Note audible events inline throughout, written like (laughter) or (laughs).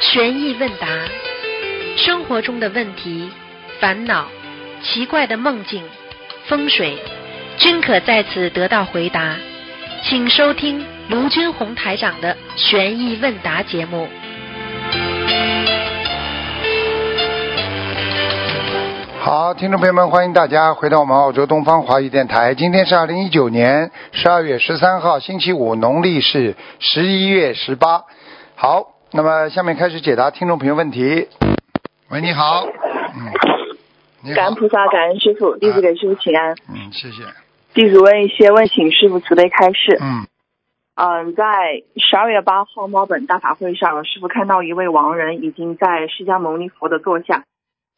悬疑问答，生活中的问题、烦恼、奇怪的梦境、风水，均可在此得到回答。请收听卢军红台长的悬疑问答节目。好，听众朋友们，欢迎大家回到我们澳洲东方华语电台。今天是二零一九年十二月十三号，星期五，农历是十一月十八。好，那么下面开始解答听众朋友问题。喂，你好，嗯，你感好恩，菩萨，感恩师傅，弟子给师傅请安。嗯，谢谢，弟子问一些问，请师傅慈悲开示。嗯嗯，在十二月八号猫本大法会上，师傅看到一位亡人已经在释迦牟尼佛的座下，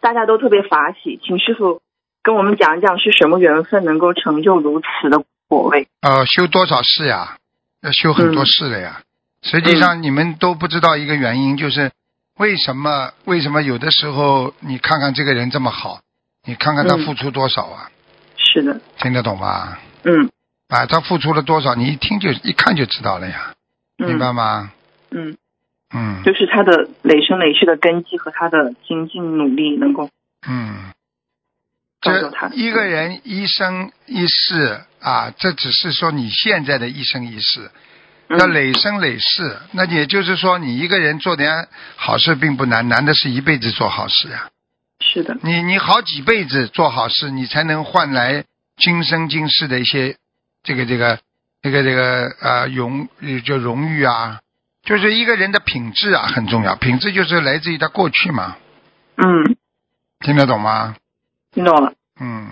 大家都特别法喜，请师傅跟我们讲一讲是什么缘分能够成就如此的果位。呃，修多少事呀？要修很多事的呀。实际嗯上你们都不知道一个原因，就是为什么为什么有的时候你看看这个人这么好，你看看他嗯付出多少啊？是的，听得懂吗？嗯啊，他付出了多少，你一听就一看就知道了呀，明嗯白吗？嗯，嗯就是他的累生累世的根基和他的精进努力能够嗯，造就这他。一个人一生一世啊，这只是说你现在的一生一世，嗯要累生累世，那也就是说你一个人做点好事并不难，难的是一辈子做好事呀、是的，你你好几辈子做好事，你才能换来今生今世的一些这个这个这个这个呃荣呃就荣誉啊，就是一个人的品质啊很重要，品质就是来自于他过去嘛，嗯，听得懂吗？听懂了。嗯，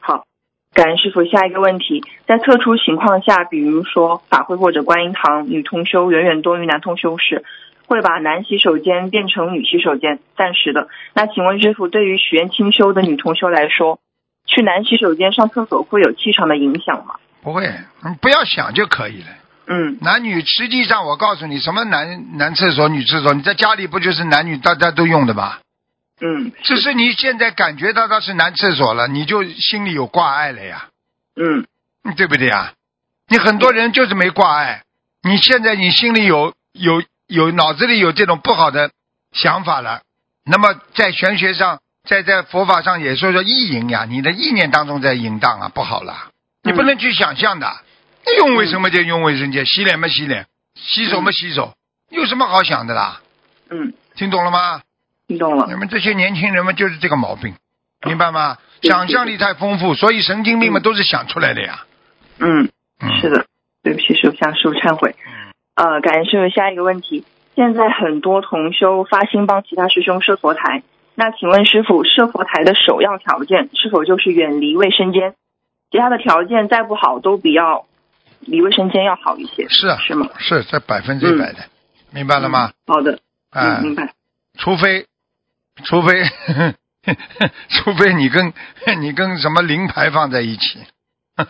好，感恩师傅。下一个问题，在特殊情况下，比如说法会或者观音堂，女同修远远多于男同修时，会把男洗手间变成女洗手间，暂时的。那请问师傅，对于许愿清修的女同修来说，去男洗手间上厕所会有气场的影响吗？不会，你不要想就可以了。嗯男女实际上，我告诉你，什么男男厕所、女厕所，你在家里不就是男女大家都用的吗？嗯只是你现在感觉到它是男厕所了，你就心里有挂碍了呀。嗯对不对啊？你很多人就是没挂碍，你现在你心里有有有脑子里有这种不好的想法了，那么在玄学上，在在佛法上也说说意淫呀，你的意念当中在淫荡啊，不好了，你嗯不能去想象的，你用卫生间用卫生间，洗脸嘛洗脸，洗手嘛洗手，有什么好想的啦？嗯，听懂了吗？听懂了你。们这些年轻人们就是这个毛病，明白吗？对想象力太丰富，所以神经病们嗯都是想出来的呀。嗯，嗯是的，对不起，师傅向师傅忏悔。呃，感谢师傅。下一个问题，现在很多同修发心帮其他师兄设佛台，那请问师傅，设佛台的首要条件是否就是远离卫生间？其他的条件再不好，都比要离卫生间要好一些，是啊是吗？是这百分之一百的，明白了吗？好的，啊、嗯嗯，明白。除非，除非， (laughs) 除非你跟你跟什么灵牌放在一起，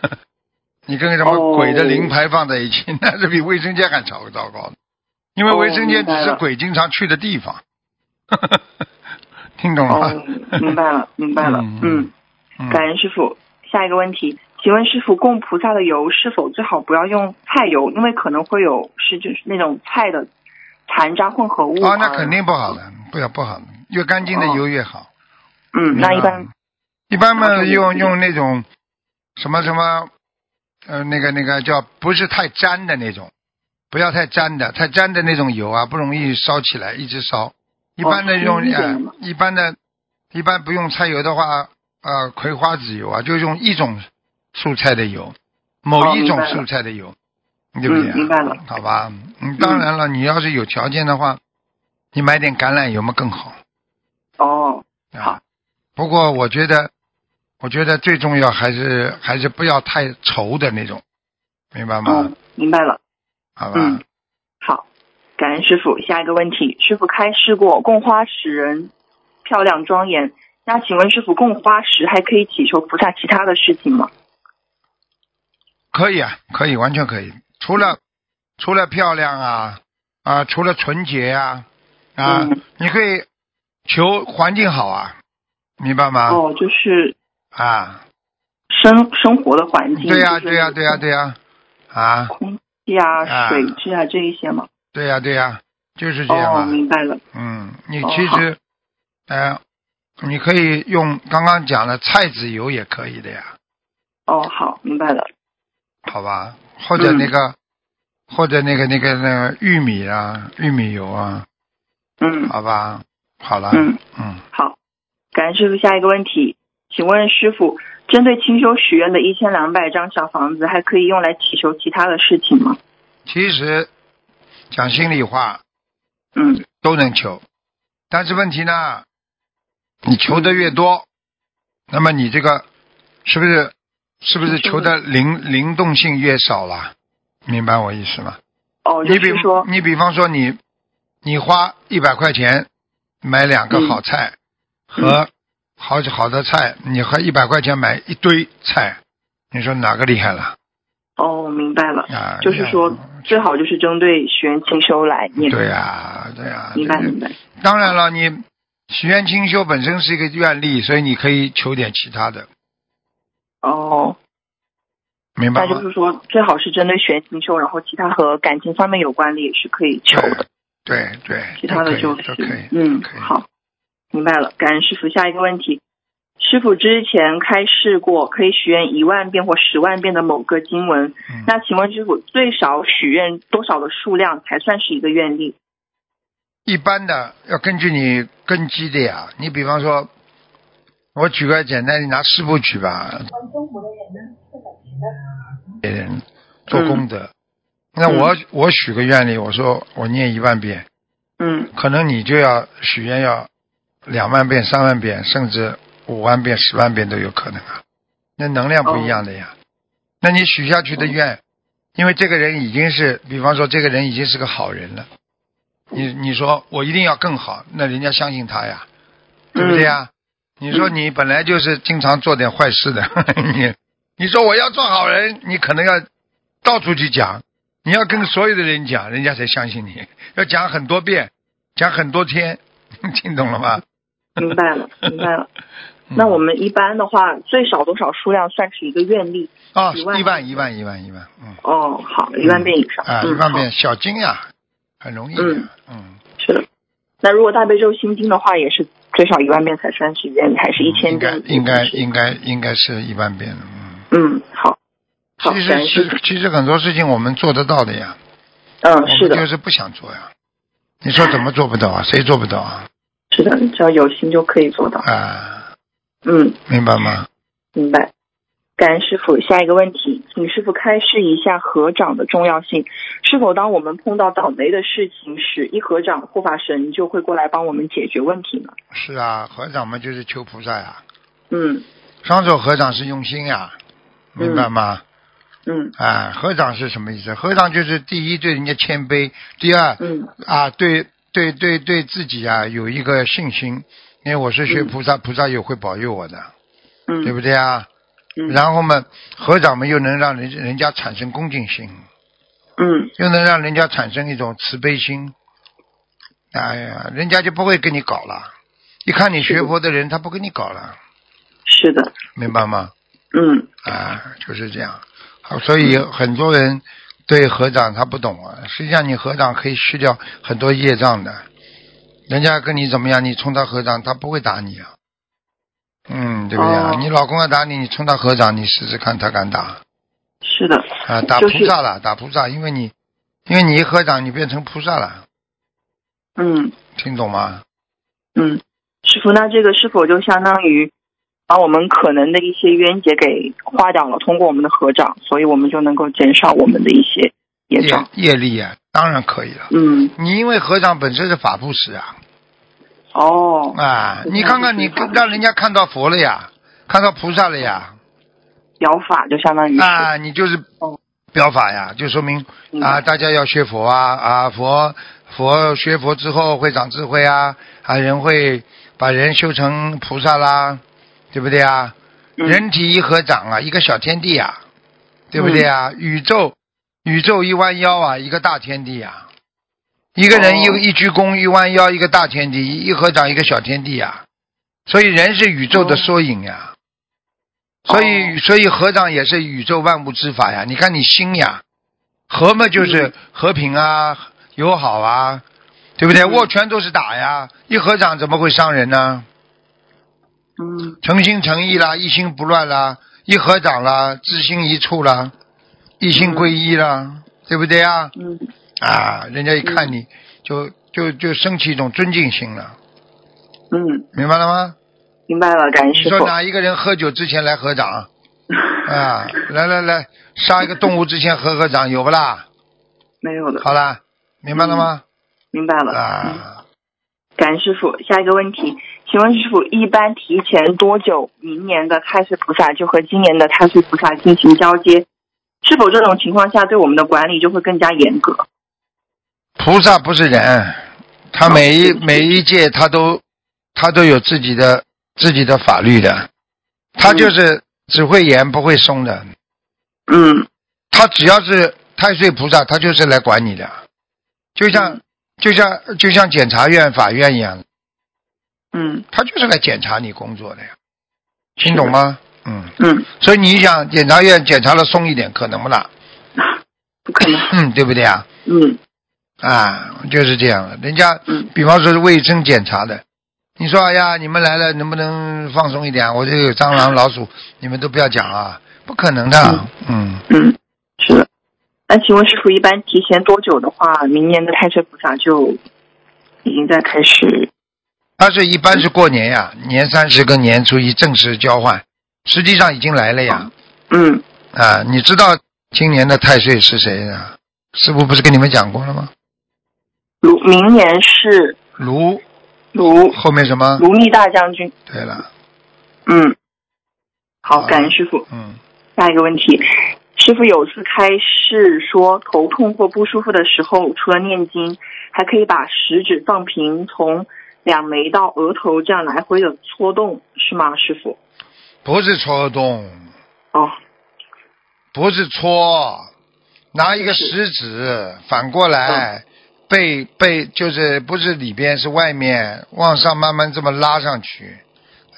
(laughs) 你跟什哦么鬼的灵牌放在一起， (laughs) 那是比卫生间还糟糟糕的，因为哦卫生间只明白是了鬼经常去的地方， (laughs) 听懂了哦吗？，明白了，明白了。嗯嗯，嗯感恩师傅。下一个问题，请问师傅，供菩萨的油是否最好不要用菜油，因为可能会有是就是那种菜的残渣混合物哦，那而肯定不好的，不要不好的，越干净的哦油越好。嗯，那一般嗯一般然后嘛，就用是用那种什么什么，呃，那个那个叫不是太粘的那种，不要太粘的，太粘的那种油啊，不容易烧起来，一直烧。一般的均用一点呃的嘛，一般的，一般不用菜油的话，呃，葵花籽油啊，就用一种蔬菜的油，某哦一明种白了蔬菜的油，对不对啊、嗯明白了好吧，嗯，当然了，你要是有条件的话，你买点橄榄油嘛更好。哦，啊好。不过我觉得，我觉得最重要还是还是不要太稠的那种，明白吗？嗯，明白了，好吧。嗯，好，感恩师傅。下一个问题，师傅开示过供花使人漂亮庄严，那请问师傅供花时还可以祈求菩萨其他的事情吗？可以啊，可以，完全可以。除了除了漂亮啊啊，除了纯洁啊啊，嗯你可以求环境好啊，明白吗？哦，就是啊，生生活的环境，对呀、就是对呀、对呀、对呀、啊，空气啊、啊水质啊这一些嘛。对呀、对呀、就是这样啊。哦，明白了。嗯，你哦其实，呃，你可以用刚刚讲的菜籽油也可以的呀，哦，好，明白了。好吧？或者那嗯个，或者那个那个那个玉米啊，玉米油啊，嗯好吧？好了，嗯，嗯好。感恩师傅，下一个问题，请问师傅，针对清修许愿的一千两百张小房子，还可以用来祈求其他的事情吗？其实讲心里话，嗯都能求，但是问题呢，你求的越多，那么你这个是不是是不是是的求的灵灵动性越少了？明白我意思吗？哦，就你比是说，你比方说你你花一百块钱买两嗯个好菜、和好好的菜，你和一百块钱买一堆菜，你说哪个厉害了哦，明白了，啊？就是说最好就是针对许愿清修来念。对呀对呀，明白明白。当然了，你许愿清修本身是一个愿力，所以你可以求点其他的，哦，明白那吗就？是说最好是针对许愿清修，然后其他和感情方面有关的也是可以求的。对对，其他的就都是可以都可以，嗯都可，以，好，明白了。感恩师傅。下一个问题，师傅之前开示过，可以许愿一万遍或十万遍的某个经文。嗯那请问师傅，最少许愿多少的数量才算是一个愿力？一般的要根据你根基的呀。你比方说，我举个简单，你拿师傅举吧。别人做功德，那我我许个愿力，我说我念一万遍， (laughs) 嗯，可能你就要许愿要两万遍、三万遍，甚至五万遍、十万遍都有可能啊。那能量不一样的呀。那你许下去的愿，因为这个人已经是，比方说这个人已经是个好人了，你你说我一定要更好，那人家相信他呀，嗯对不对呀？你说你本来就是经常做点坏事的， (laughs) 你你说我要做好人，你可能要到处去讲，你要跟所有的人讲，人家才相信你， (laughs) 要讲很多遍，讲很多天， (laughs) 听懂了吗？明白了，明白了。嗯那我们一般的话，最少多少数量算是一个愿力？啊，一万一万一万一万一万，嗯，哦，好，一万遍以上。啊，嗯一万好遍小金呀，很容易的嗯，嗯，是的。那如果大悲咒心经的话，也是最少一万遍才算是愿力，还是一千应该遍？嗯应该应该应该是一万遍，嗯，嗯，好。好，其感实恩师其其实很多事情我们做得到的呀，嗯，我是们的，就是不想做呀。你说怎么做不到 (laughs) 啊？谁做不到啊？是的，只要有心就可以做到。啊，嗯，明白吗？明白。感恩师傅，下一个问题，请师傅开示一下合掌的重要性。是否当我们碰到倒霉的事情时，一合掌，护法神就会过来帮我们解决问题呢？是啊，合掌嘛就是求菩萨呀、嗯双手合掌是用心呀、嗯明白吗？嗯啊，合掌是什么意思？合掌就是第一对人家谦卑，第二嗯啊对对对对自己啊有一个信心，因为我是学嗯菩萨，菩萨也会保佑我的，嗯，对不对啊？嗯然后嘛，合掌嘛又能让人人家产生恭敬心，嗯又能让人家产生一种慈悲心。哎呀，人家就不会跟你搞了。一看你学佛的人，他不跟你搞了，是的，明白吗？嗯啊，就是这样。好，所以很多人对合掌他不懂啊。实际上，你合掌可以去掉很多业障的。人家跟你怎么样，你冲他合掌，他不会打你啊。嗯，对不对啊？哦你老公要打你，你冲他合掌，你试试看他敢打是的，啊？打就菩是萨了，打菩萨，因为你因为你一合掌，你变成菩萨了，嗯听懂吗？嗯，师傅，那这个是否就相当于把我们可能的一些冤结给化掉了？通过我们的合掌，所以我们就能够减少我们的一些业业障。业力啊，当然可以了。嗯，你因为合掌本身是法布施啊，哦，啊，嗯你看看你嗯让人家看到佛了呀，看到菩萨了呀，疗法就相当于是啊，你就是哦表法呀，就说明嗯啊，大家要学佛啊啊，佛佛学佛之后会长智慧啊，啊人会把人修成菩萨啦，对不对啊？嗯人体一合掌啊，一个小天地啊，对不对嗯啊？宇宙宇宙一弯腰啊，一个大天地啊，一个人一、哦一鞠躬一弯腰，一个大天地，一合掌一个小天地啊，所以人是宇宙的哦缩影呀、所以，所以合掌也是宇宙万物之法呀。你嗯看你心呀，和嘛就是和平啊、友好啊，对不对？握拳都是打呀，一合掌怎么会伤人呢？嗯诚心诚意啦，一心不乱啦，一合掌啦，知心一处啦，一心归一啦，对不对啊？嗯啊，人家一看你就就就升起一种尊敬心了，嗯，明白了吗？明白了，感恩你嗯师说傅。哪一个人喝酒之前来合掌啊？来来来，杀一个动物之前合合掌有不啦？ (laughs) 没有了，好啦，明白了吗？明白了。嗯啊，感恩师傅，下一个问题，请问师傅，一般提前多久明年的太岁菩萨就和今年的太岁菩萨进行交接？是否这种情况下对我们的管理就会更加严格？菩萨不是人，他每一哦每一届他都他都有自己的自己的法律的，他就是只会严不会松的。嗯他只要是太岁菩萨，他就是来管你的，就像、就像就像检察院、法院一样，嗯他就是来检查你工作的呀，听懂吗？嗯，嗯，所以你想，检察院检查的松一点，可能不啦？不可能。嗯，对不对啊？嗯啊，就是这样的。人家嗯比方说是卫生检查的，你说哎呀，你们来了能不能放松一点？我这有蟑螂、老鼠，你们都不要讲啊，不可能的。嗯，嗯，是的。那请问师傅，一般提前多久的话，明年的太岁菩萨就已经在开始？他是一般是过年呀，年三十跟年初一正式交换，实际上已经来了呀。嗯，啊，你知道今年的太岁是谁呀？师傅不是跟你们讲过了吗？卢明年是卢卢后面什么？卢密大将军。对了，嗯，好，好感恩师傅。嗯，下一个问题，师傅有次开示说，头痛或不舒服的时候，除了念经，还可以把食指放平，从两眉到额头这样来回的搓动，是吗，师傅？不是戳洞，哦，不是戳，拿一个食指反过嗯来，背背就是不是里边是外面，往上慢慢这么拉上去，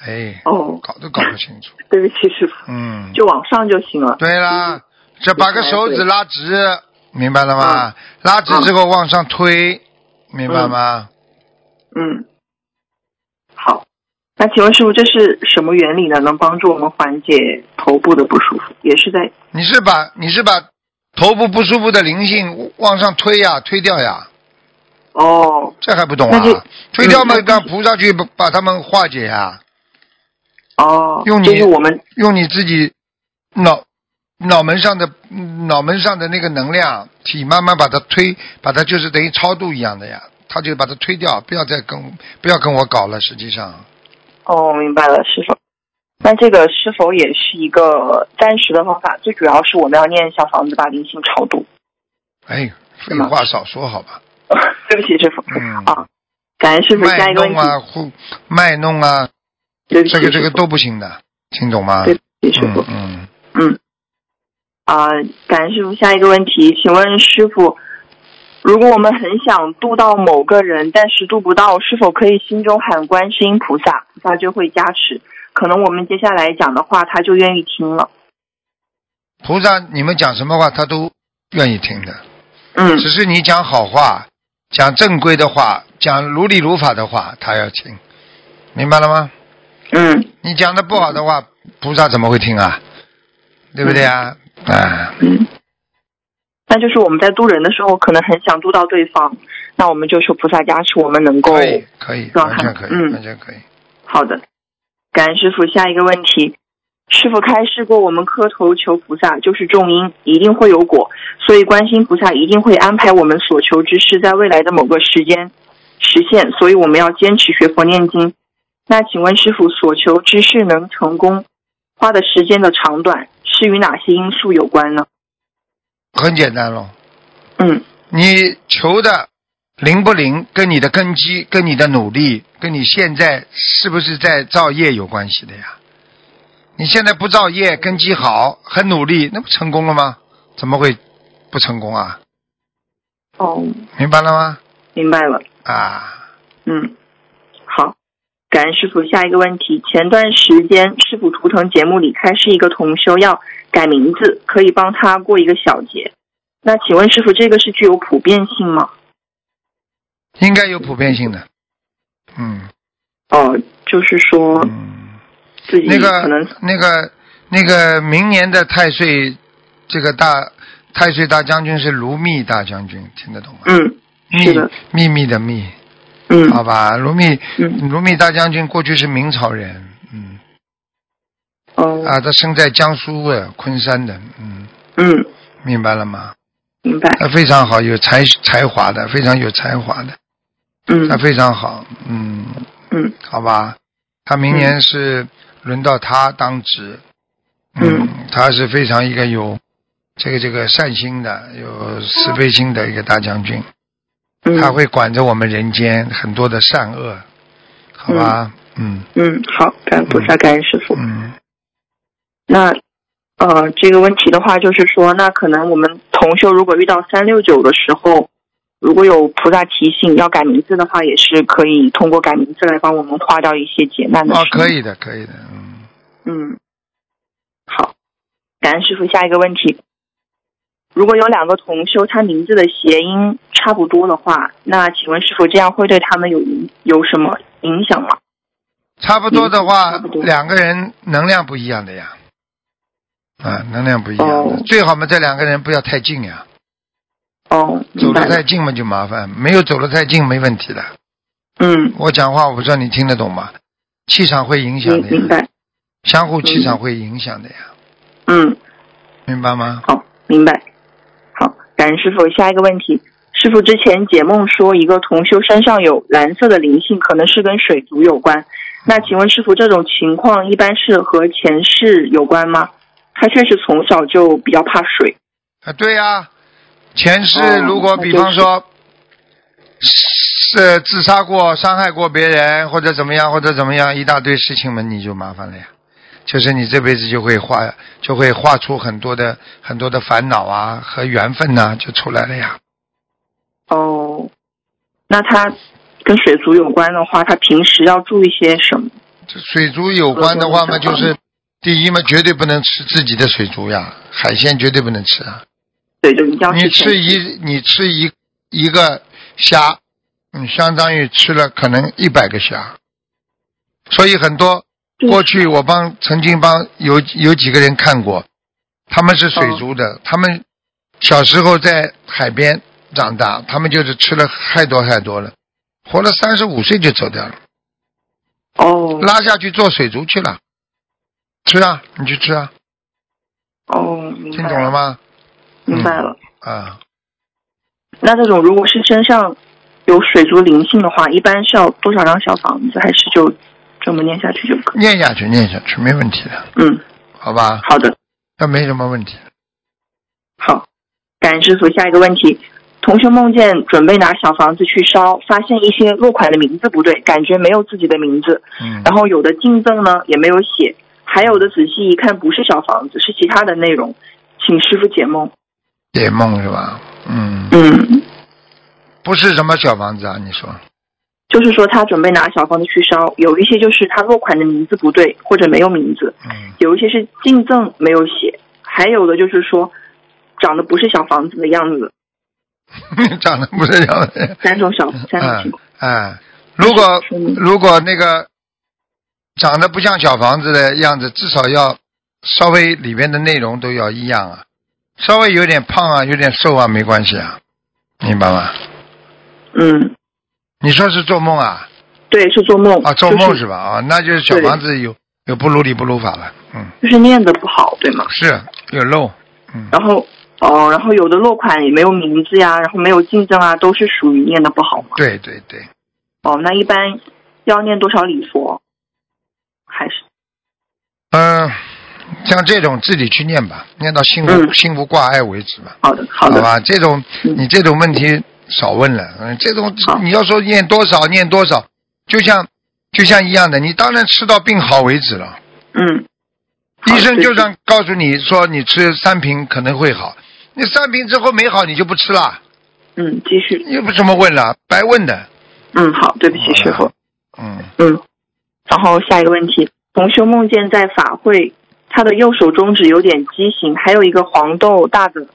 哎，哦，搞都搞不清楚，对不起，师傅，嗯，就往上就行了。对啦，这把个手指拉直，明白了吗？嗯拉直之后往上推，明白吗？嗯，好。那请问师傅，这是什么原理呢？能帮助我们缓解头部的不舒服？也是在你是把你是把头部不舒服的灵性往上推呀，推掉呀，哦这还不懂啊那就？推掉嘛，嗯让菩萨去把把他们化解呀，哦，用你就是我们用你自己脑脑门上的嗯脑门上的那个能量体，慢慢把它推，把它就是等于超度一样的呀。他就把它推掉，不要再跟不要跟我搞了。实际上，哦，明白了，师傅。那这个是否也是一个暂时的方法？最主要是我们要念小房子把灵性超度。 (laughs) 哎，废是吗话少说好吧。对不起，师傅。嗯啊，感恩师傅。下卖一个问弄题，啊，互卖弄啊，对不起，这个这个师傅都不行的，听懂吗？对不起，师傅嗯。嗯，嗯。啊、感恩师傅。下一个问题，请问师傅，如果我们很想渡到某个人，但是渡不到，是否可以心中喊观世音菩萨，菩萨就会加持？可能我们接下来讲的话，他就愿意听了。菩萨，你们讲什么话他都愿意听的，嗯只是你讲好话，讲正规的话，讲如理如法的话，他要听，明白了吗？嗯你讲的不好的话，菩萨怎么会听啊？对不对啊？啊，嗯。那就是我们在渡人的时候，可能很想渡到对方，那我们就求菩萨加持，我们能够可以，可以，让完他全可以，嗯完全可以。好的，感恩师傅。下一个问题，师傅开示过，我们磕头求菩萨就是种因，一定会有果，所以观世音菩萨一定会安排我们所求之事在未来的某个时间实现，所以我们要坚持学佛念经。那请问师傅，所求之事能成功，花的时间的长短是与哪些因素有关呢？很简单喽，嗯你求的灵不灵，跟你的根基、跟你的努力、跟你现在是不是在造业有关系的呀？你现在不造业，根基好，很努力，那不成功了吗？怎么会不成功啊？哦，明白了吗？明白了。啊，嗯，好，感恩师傅。下一个问题，前段时间师傅图腾节目里开示一个同修要改名字，可以帮他过一个小节。那请问师傅，这个是具有普遍性吗？应该有普遍性的。嗯哦，就是说嗯。自己那可个能那个那个明年的太岁，这个大太岁大将军是卢密大将军，听得懂吗？嗯密是的秘密的密，嗯好吧，卢密嗯卢密大将军过去是明朝人，嗯哦啊，他生在江苏的昆山的，嗯，嗯，明白了吗？明白他非常好，有才才华的，非常有才华的，嗯他非常好，嗯，嗯好吧，他明年是轮到他当值，嗯，他是非常一个有这个这个善心的、有慈悲心的一个大将军，嗯他会管着我们人间很多的善恶，好吧，嗯嗯好，感恩菩萨，感恩师傅。嗯，那呃，这个问题的话，就是说，那可能我们同修如果遇到三六九的时候，如果有菩萨提醒要改名字的话，也是可以通过改名字来帮我们化掉一些劫难的。哦，可以。以的，可以的，嗯，嗯，好，感恩师傅。下一个问题，如果有两个同修，他名字的谐音差不多的话，那请问师傅这样会对他们有影有什么影响吗？差不多的话嗯差不，多两个人能量不一样的呀，啊，能量不一样的，哦最好嘛，这两个人不要太近呀。哦，明走白得了太。近嘛就麻烦，没有走得太近没问题的。嗯，我讲话我不知道你听得懂吗？气场会影响明的嗯明呀，白。相互气场会影响的呀，嗯。明白吗？好，明白。好，感恩师傅。下一个问题，师傅之前解梦说，一个同修身上有蓝色的灵性，可能是跟水族有关。那请问师傅，这种情况一般是和前世有关吗？他确实从小就比较怕水。啊，对呀、前世哦如果那比就是方说，是自杀过、伤害过别人，或者怎么样，或者怎么样，一大堆事情嘛，你就麻烦了呀。就是你这辈子就会画，就会画出很多的很多的烦恼啊和缘分呐、就出来了呀。哦，那他跟水族有关的话，他平时要注意些什么？这水族有关的话嘛，嗯嗯嗯就是第一嘛，绝对不能吃自己的水族呀，海鲜绝对不能吃啊。对，就一定要你去吃一你吃一一个虾，嗯，相当于吃了可能一百个虾。所以很多对过去我帮曾经帮有有几个人看过，他们是哦水族的，他们小时候在海边长大，他们就是吃了太多太多了，活了三十五岁就走掉了。哦拉下去做水族去了，吃啊，你去吃啊，哦，明听白懂了？吗？明白了。啊，那这种如果是身上有水族灵性的话，一般是要多少张小房子，还是就这么念下去就可以？念下去，念下去，没问题的，嗯，好吧？好的，那没什么问题。好。感恩师傅，下一个问题。同学梦见准备拿小房子去烧，发现一些落款的名字不对，感觉没有自己的名字，嗯，然后有的敬赠呢也没有写，还有的仔细一看不是小房子，是其他的内容，请师傅解梦。解梦是吧？嗯，嗯，不是什么小房子啊，你说就是说他准备拿小房子去烧，有一些就是他落款的名字不对或者没有名字，嗯， (laughs) 有一些是进赠没有写，还有的就是说长得不是小房子的样子，长得不是小人。三种小三种嗯情况。嗯，如果说明如果那个长得不像小房子的样子，至少要稍微里边的内容都要一样啊，稍微有点胖啊，有点瘦啊，没关系啊，明白吗？嗯，你说是做梦啊？对，是做梦啊，做梦就是吧？啊，那就是小房子有有不如理不如法了，嗯，就是念的不好，对吗？是有漏，嗯，然后哦，然后有的落款也没有名字呀，然后没有进赠啊，都是属于念的不好嘛。对对对，哦，那一般要念多少礼佛？还是嗯，像这种自己去念吧，念到心无、嗯心无挂碍为止吧，好的，好的，吧？这种嗯你这种问题少问了，嗯，这种好你要说念多少念多少，就像就像一样的，你当然吃到病好为止了。嗯，好医生就对算告诉你说你吃三瓶可能会好，你三瓶之后没好你就不吃了，嗯，继续，又不怎么问了，白问的，嗯，好，对不起，师傅。嗯。嗯，然后下一个问题，同修梦见在法会，他的右手中指有点畸形，还有一个黄豆大的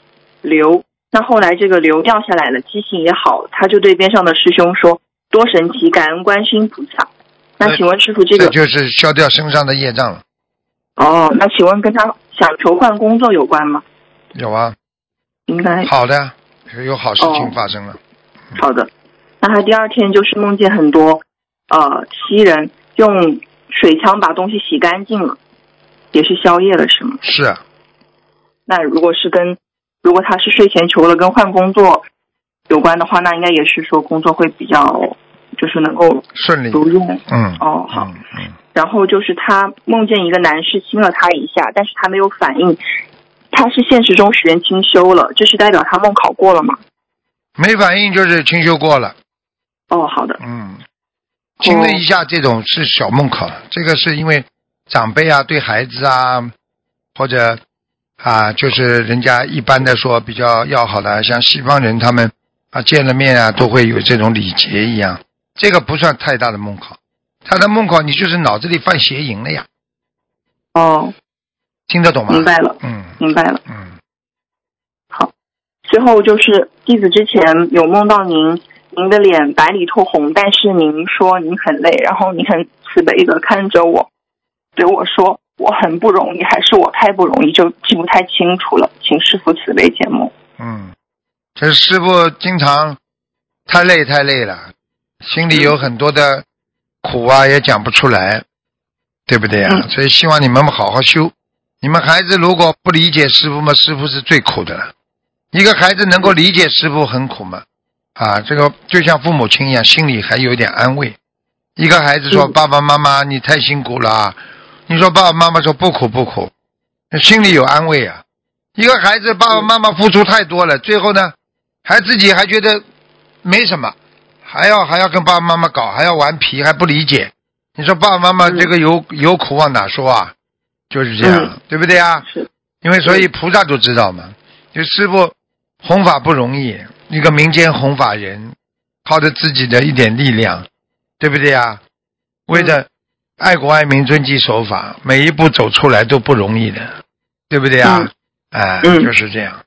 瘤，那后来这个瘤掉下来了，记性也好，他就对边上的师兄说：“多神奇，感恩观世音菩萨。”那请问师傅，这这个就是消掉身上的业障了，哦，那请问跟他想求换工作有关吗？有啊，应该好的，有好事情哎哦发生了，好的。那他第二天就是梦见很多呃西人用水枪把东西洗干净了，也是宵夜了，是吗？是啊那如果是跟如果他是睡前求了跟换工作有关的话，那应该也是说工作会比较就是能够顺利，如愿。嗯，哦，好。嗯嗯，然后就是他梦见一个男士亲了他一下，但是他没有反应。他是现实中许愿清修了，这是代表他梦考过了吗？没反应就是清修过了，哦，好的，嗯，经了一下这种是小梦考，这个是因为长辈啊对孩子啊，或者啊就是人家一般的说比较要好的，像西方人他们啊见了面啊都会有这种礼节一样，这个不算太大的梦考，他的梦考你就是脑子里犯邪淫了呀，哦，听得懂吗？明白了，嗯明白了。嗯，最后就是弟子之前有梦到您，您的脸白里透红，但是您说您很累，然后你很慈悲的看着我，对我说我很不容易，还是我太不容易，就记不太清楚了，请师傅慈悲解梦。嗯，这师傅经常太累太累了，心里有很多的苦啊，也讲不出来，对不对啊？嗯所以希望你们好好修。你们孩子如果不理解师傅嘛，师傅是最苦的了。一个孩子能够理解师傅很苦吗？啊，这个就像父母亲一样，心里还有点安慰。一个孩子说：“嗯爸爸妈妈，你太辛苦了啊。”你说爸爸妈妈说不苦不苦，心里有安慰啊。一个孩子爸爸妈妈付出太多了，最后呢，还自己还觉得没什么，还要还要跟爸爸妈妈搞，还要顽皮，还不理解。你说爸爸妈妈嗯这个有、有苦往哪说啊？就是这样，嗯对不对啊？是，因为所以菩萨都知道嘛，就师傅弘法不容易，一个民间弘法人，靠着自己的一点力量，对不对啊？为嗯着爱国爱民、遵纪守法，每一步走出来都不容易的，对不对啊？哎、嗯就是这样。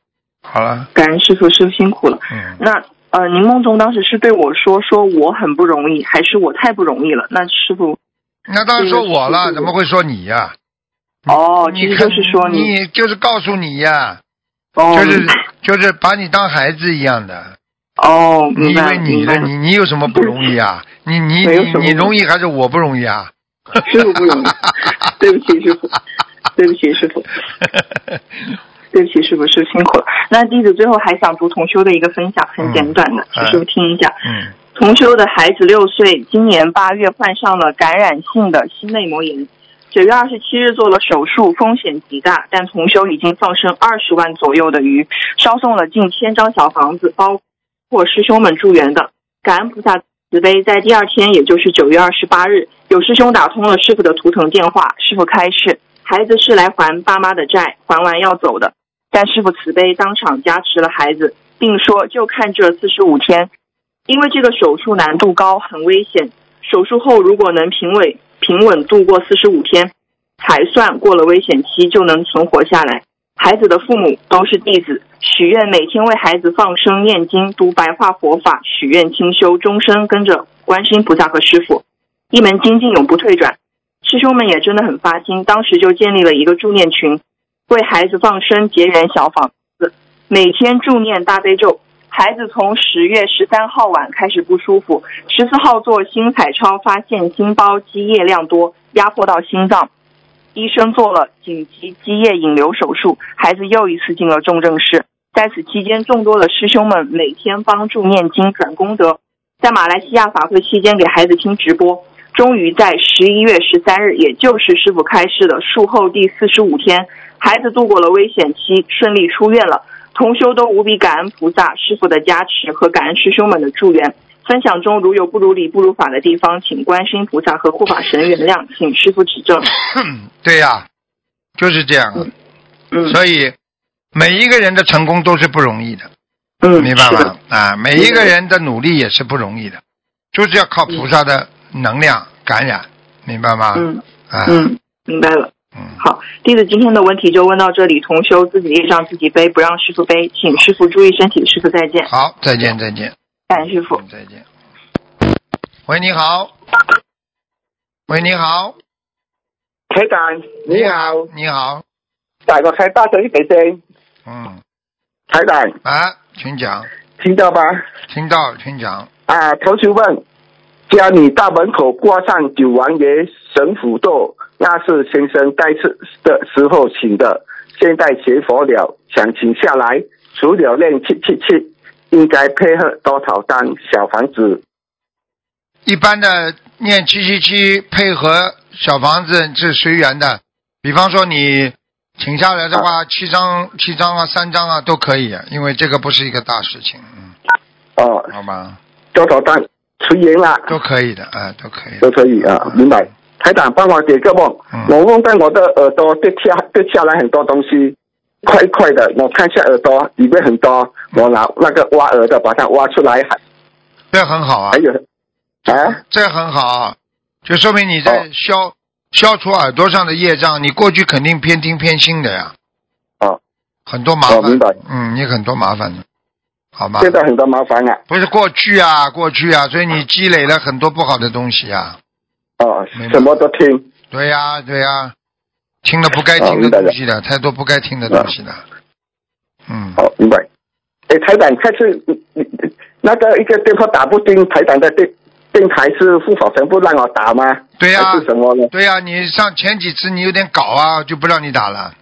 好了，感恩师傅，师傅辛苦了。嗯，那呃，您梦中当时是对我说说我很不容易，还是我太不容易了？那师傅那当然说我了，怎么会说你呀、嗯啊哦，其你实看就是说嗯你你就是告诉你呀、哦，就是就是把你当孩子一样的。哦，你明以白为了你明的白了， (laughs) 你你有什么不容易啊？你你没有你什么你不容易还是我不容易啊？ (laughs) 师傅不容易，对不起师傅，对不起师傅，对不起师傅，师傅辛苦了。那弟子最后还想读同修的一个分享，很简短的，嗯请师傅听一下。嗯，同修的孩子六岁，今年八月患上了感染性的心内膜炎，九月二十七日做了手术，风险极大。但同修已经放生二十万左右的鱼，烧送了近千张小房子，包括师兄们助缘的。感恩菩萨慈悲，在第二天，也就是九月二十八日，有师兄打通了师傅的图腾电话，师傅开示，孩子是来还爸妈的债，还完要走的。但师傅慈悲，当场加持了孩子，并说就看这四十五天，因为这个手术难度高，很危险。手术后如果能平稳平稳度过四十五天，才算过了危险期，就能存活下来。孩子的父母都是弟子，许愿每天为孩子放生、念经、读白话佛法，许愿清修，终身跟着观世音菩萨和师傅，一门精进永不退转。师兄们也真的很发心，当时就建立了一个助念群，为孩子放生结缘小房子，每天助念大悲咒。孩子从十月十三号晚开始不舒服，十四号做心彩超发现心包积液量多，压迫到心脏，医生做了紧急积液引流手术，孩子又一次进了重症室。在此期间，众多的师兄们每天帮助念经转功德，在马来西亚法会期间给孩子听直播。终于在十一月十三日，也就是师傅开示的术后第四十五天，孩子度过了危险期，顺利出院了。同修都无比感恩菩萨、师傅的加持和感恩师兄们的助缘。分享中如有不如理、不如法的地方，请观世音菩萨和护法神原谅，请师傅指正。对呀、就是这样啊。嗯所以每一个人的成功都是不容易的，嗯，明白是的吗？啊，每一个人的努力也是不容易的，就是要靠菩萨的能量感染，明白吗？嗯啊，嗯，明白了。嗯，好，弟子今天的问题就问到这里，同修自己业障自己背，不让师傅背，请师傅注意身体，师傅再见，好，再见，再见，感恩师傅。嗯再见。喂，你好。喂，你好，台长，你好，你好，大个开大声一点声。嗯，台长，啊，请讲，听到吗？听到，请讲，啊，同学问，家里大门口挂上九王爷神符咒，那是先生该次的时候请的，现在学佛了，想请下来，除了练七七七，应该配合多少张小房子？一般的念七七七配合小房子是随缘的，比方说你请下来的啊话，七张、七张啊、三张啊都可以，因为这个不是一个大事情，嗯，哦，好吧，多少张？随缘啦，都可以的，啊，都可以的都，可以啊，明白。台长，帮我解个梦嗯。我梦到我的耳朵掉下掉下来很多东西，块块的。我看一下耳朵里面很多，嗯我拿那个挖耳的把它挖出来，还啊这很好啊还，有啊，这很好啊，就说明你在哦消、消除耳朵上的业障，你过去肯定偏听偏心的呀，哦，很多麻烦，哦明白嗯，你很多麻烦的，好吗？现在很多麻烦啊。不是过去啊，过去啊，所以你积累了很多不好的东西啊。哦明，白什么都听。对呀、对呀、听了不该听的东西的，太多不该听的东西了。嗯，哦，明白。哎，台长，下次你你你那个一个电话打不进，台长的电电台是护法神不让我打吗？对啊呀、还啊是什么呢？对呀、你上前几次你有点搞啊，就不让你打了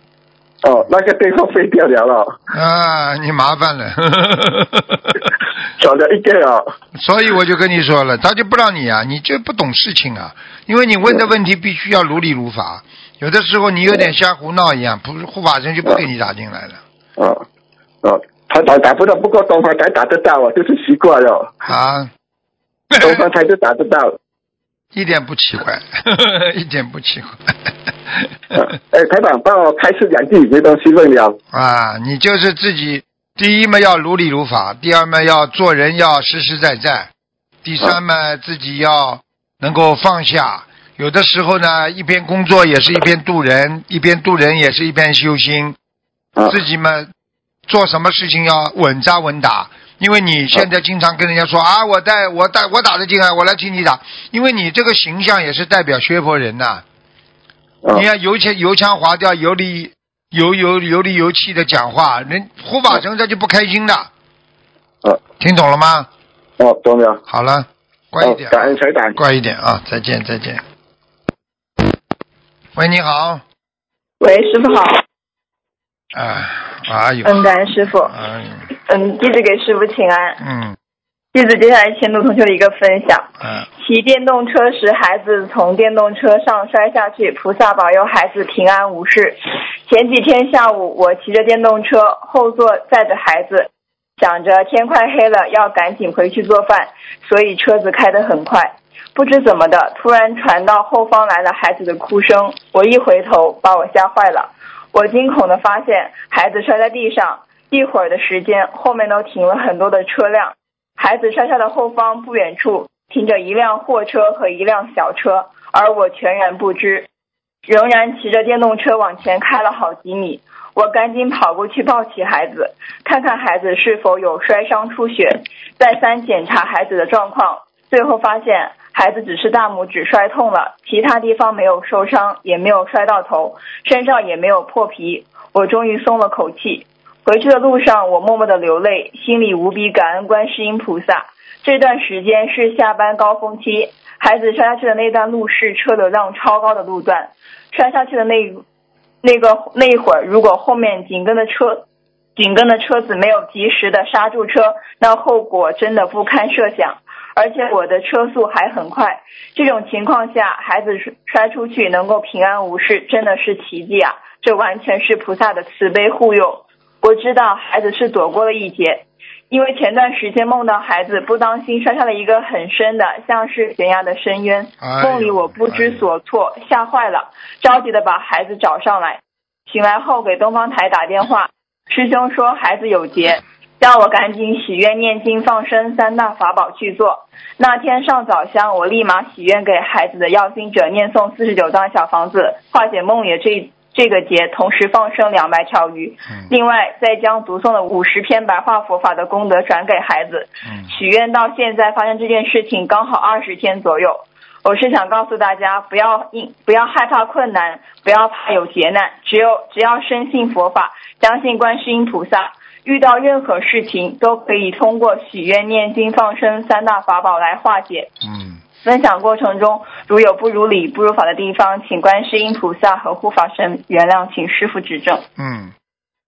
哦，那个电话飞掉 (laughs) 了了，啊，你麻烦了。 (laughs) 少了一个哦。所以我就跟你说了，他就不让你啊，你就不懂事情啊，因为你问的问题必须要如理如法，有的时候你有点瞎胡闹一样，不是护法神就不给你打进来了。哦，哦，他打打不到，不过东方台打得到啊，就是习惯 (laughs) 了，啊，东方台就打得到。一点不奇怪，一点不奇怪。呃哎、台长帮我开始两句没东西问了。啊，你就是自己，第一嘛要如理如法，第二嘛要做人要实实在在，第三嘛自己要能够放下。有的时候呢，一边工作也是一边渡人，一边渡人也是一边修心。啊自己嘛，做什么事情要稳扎稳打，因为你现在经常跟人家说啊，我带我带我打得进来，我来替你打，因为你这个形象也是代表学佛人呐、啊你看油腔油腔滑调、油里油油油里油气的讲话，人护法神他就不开心的，啊听懂了吗？哦，懂了。好了，乖一哦，点，感恩台长。乖一点啊！再见，再见。喂，你好，喂，师傅好，哎，哎呦，嗯，感恩师傅，哎呦，嗯，弟子给师傅请安。嗯，弟子接下来请陆同学的一个分享。哎，骑电动车时，孩子从电动车上摔下去，菩萨保佑孩子平安无事。前几天下午，我骑着电动车，后座载着孩子，想着天快黑了，要赶紧回去做饭，所以车子开得很快。不知怎么的，突然传到后方来了孩子的哭声，我一回头，把我吓坏了。我惊恐地发现，孩子摔在地上，一会儿的时间，后面都停了很多的车辆。孩子摔下的后方不远处停着一辆货车和一辆小车，而我全然不知，仍然骑着电动车往前开了好几米。我赶紧跑过去抱起孩子，看看孩子是否有摔伤出血，再三检查孩子的状况，最后发现孩子只是大拇指摔痛了，其他地方没有受伤，也没有摔到头，身上也没有破皮。我终于松了口气。回去的路上，我默默的流泪，心里无比感恩观世音菩萨。这段时间是下班高峰期，孩子摔下去的那段路是车流量超高的路段，摔下去的那那个那一会儿，如果后面紧跟的车紧跟的车子没有及时的刹住车，那后果真的不堪设想。而且我的车速还很快，这种情况下，孩子摔出去能够平安无事，真的是奇迹啊！这完全是菩萨的慈悲护佑。我知道孩子是躲过了一劫，因为前段时间梦到孩子不当心摔下了一个很深的，像是悬崖的深渊。哎呦梦里我不知所措，吓坏了，着急的把孩子找上来。醒来后给东方台打电话，师兄说孩子有劫，叫我赶紧许愿念经放生三大法宝去做。那天上早香，我立马许愿给孩子的要经者念诵四十九张小房子，化解梦魇这这个劫，同时放生两百条鱼。嗯另外，再将读诵的五十篇白话佛法的功德转给孩子。嗯，许愿到现在发生这件事情刚好二十天左右。我是想告诉大家，不要因不要害怕困难，不要怕有劫难，只有只要深信佛法，相信观世音菩萨，遇到任何事情都可以通过许愿、念经、放生三大法宝来化解。嗯，分享过程中如有不如理、不如法的地方，请观世音菩萨和护法神原谅，请师傅指正。嗯，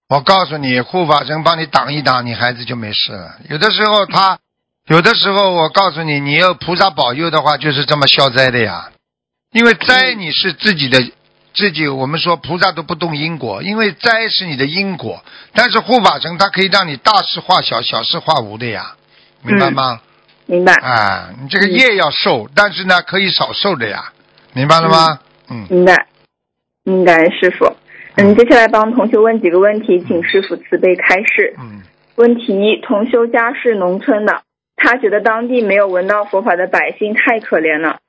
我告诉你，护法神帮你挡一挡，你孩子就没事了。有的时候他，有的时候我告诉你，你有菩萨保佑的话，就是这么消灾的呀。因为灾你是自己的，自己我们说菩萨都不动因果，因为灾是你的因果，但是护法神他可以让你大事化小，小事化无的呀，明白吗？嗯明白，啊，你这个业要受，但是呢可以少受的呀，明白了吗？嗯，明白，明白，师傅。嗯，接下来帮同学问几个问题，请师傅慈悲开示。嗯问题一：同修家是农村的，他觉得当地没有闻到佛法的百姓太可怜了。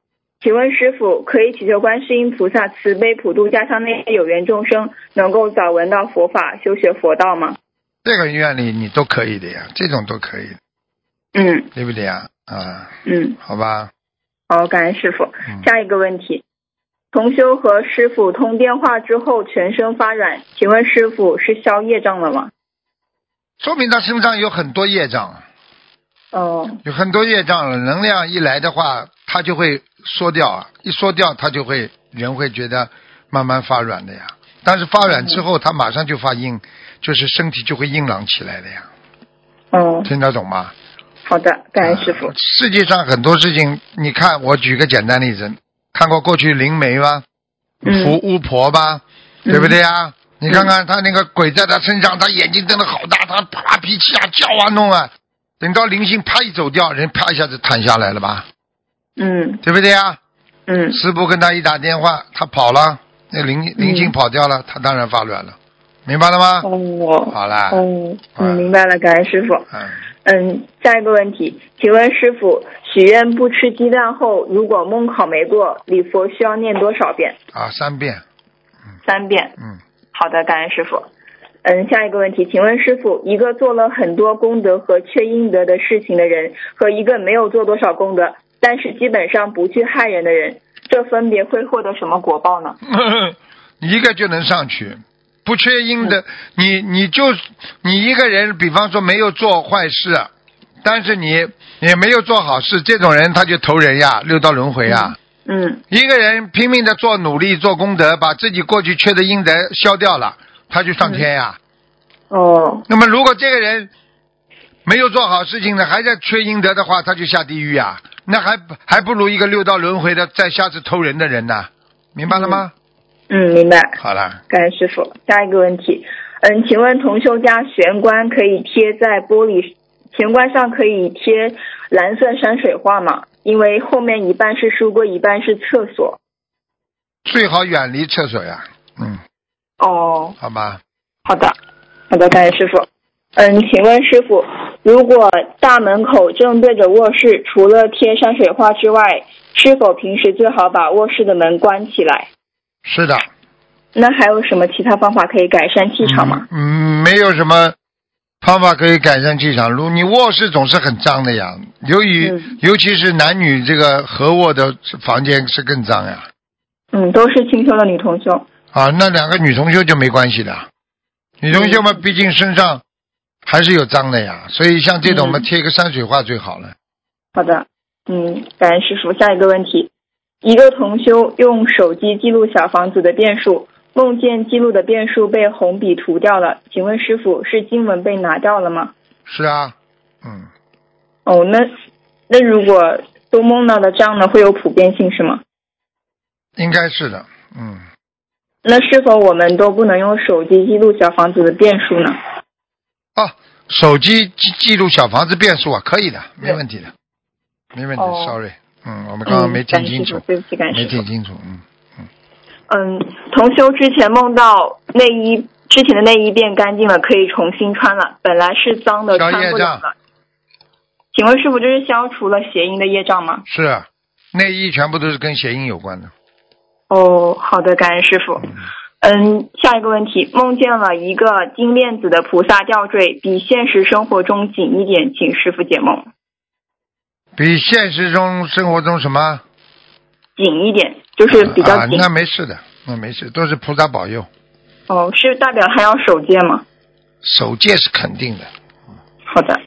请问师傅，可以祈求观世音菩萨慈悲普度家乡那些有缘众生，能够早闻到佛法，修学佛道吗？这个愿力你都可以的呀，这种都可以的，嗯对不对呀？啊，嗯，好吧，好，感恩师傅。嗯，下一个问题，同修和师傅通电话之后全身发软，请问师傅是消业障了吗？说明他身上有很多业障，哦，有很多业障了，能量一来的话，他就会缩掉啊，一缩掉他就会人会觉得慢慢发软的呀。但是发软之后，他马上就发硬，就是身体就会硬朗起来的呀，哦，听得懂吗？好的，感恩师傅呃。世界上很多事情，你看，我举个简单例子，看过过去灵媒吧，嗯扶巫婆吧，对不对啊？你看看他那个鬼在他身上，他眼睛瞪得好大，他发脾气啊，叫啊弄啊，等到灵性啪一走掉，人啪一下子弹下来了吧，嗯对不对啊？嗯师傅跟他一打电话，他跑了，那灵灵性嗯跑掉了，他当然发软了，明白了吗？哦好啦，哦，嗯嗯，明白了，感恩师傅。嗯，嗯，下一个问题，请问师傅，许愿不吃鸡蛋后，如果梦考没过，礼佛需要念多少遍？啊，三遍，三遍。嗯，好的，感恩师傅。嗯，下一个问题，请问师傅，一个做了很多功德和缺阴德的事情的人，和一个没有做多少功德，但是基本上不去害人的人，这分别会获得什么果报呢？ (laughs) 一个就能上去，不缺阴嗯的。你你就你一个人，比方说没有做坏事，但是你也没有做好事，这种人他就投人呀，六道轮回呀。嗯一个人拼命的做努力做功德，把自己过去缺的阴德消掉了，他就上天嗯呀。哦，那么如果这个人没有做好事情呢，还在缺阴德的话，他就下地狱啊。那还不还不如一个六道轮回的再下次偷人的人呢，明白了吗？嗯，明白。好了。感恩师傅。下一个问题，嗯，请问同修家玄关可以贴在玻璃玄关上可以贴蓝色山水画吗？因为后面一半是书柜，一半是厕所。最好远离厕所呀。嗯，哦，好吧，好的，好的，感恩师傅。嗯，请问师傅，如果大门口正对着卧室，除了贴山水画之外，是否平时最好把卧室的门关起来？是的。那还有什么其他方法可以改善气场吗？嗯？嗯，没有什么方法可以改善气场。如你卧室总是很脏的呀，由于、嗯尤其是男女这个合卧的房间是更脏呀。嗯，都是清修的女同修。啊，那两个女同修就没关系的，女同修嘛，毕竟身上还是有脏的呀，所以像这种嗯我们贴一个山水画最好了。好的，嗯，感恩师傅。下一个问题，一个同修用手机记录小房子的变数，梦见记录的变数被红笔涂掉了，请问师傅是经文被拿掉了吗？是啊，嗯，哦，那那如果都梦到的这样的会有普遍性是吗？应该是的，嗯。那是否我们都不能用手机记录小房子的变数呢？哦，手机记记录小房子变数啊，可以的，没问题的，没问题。哦 Sorry，嗯，我们刚刚没听清楚嗯感恩师傅，对不起，感恩没师傅听。清楚，嗯，嗯，同修之前梦到内衣之前的内衣变干净了，可以重新穿了。本来是脏的，消穿不业了障了。请问师傅，这是消除了邪淫的业障吗？是啊内衣全部都是跟谐音有关的。哦，好的，感恩师傅。嗯，下一个问题，梦见了一个金链子的菩萨吊坠，比现实生活中紧一点，请师傅解梦。比现实中生活中什么紧一点，就是比较啊，紧。那没事的，那没事，都是菩萨保佑，哦，是代表还要手戒吗？守戒是肯定的，好的，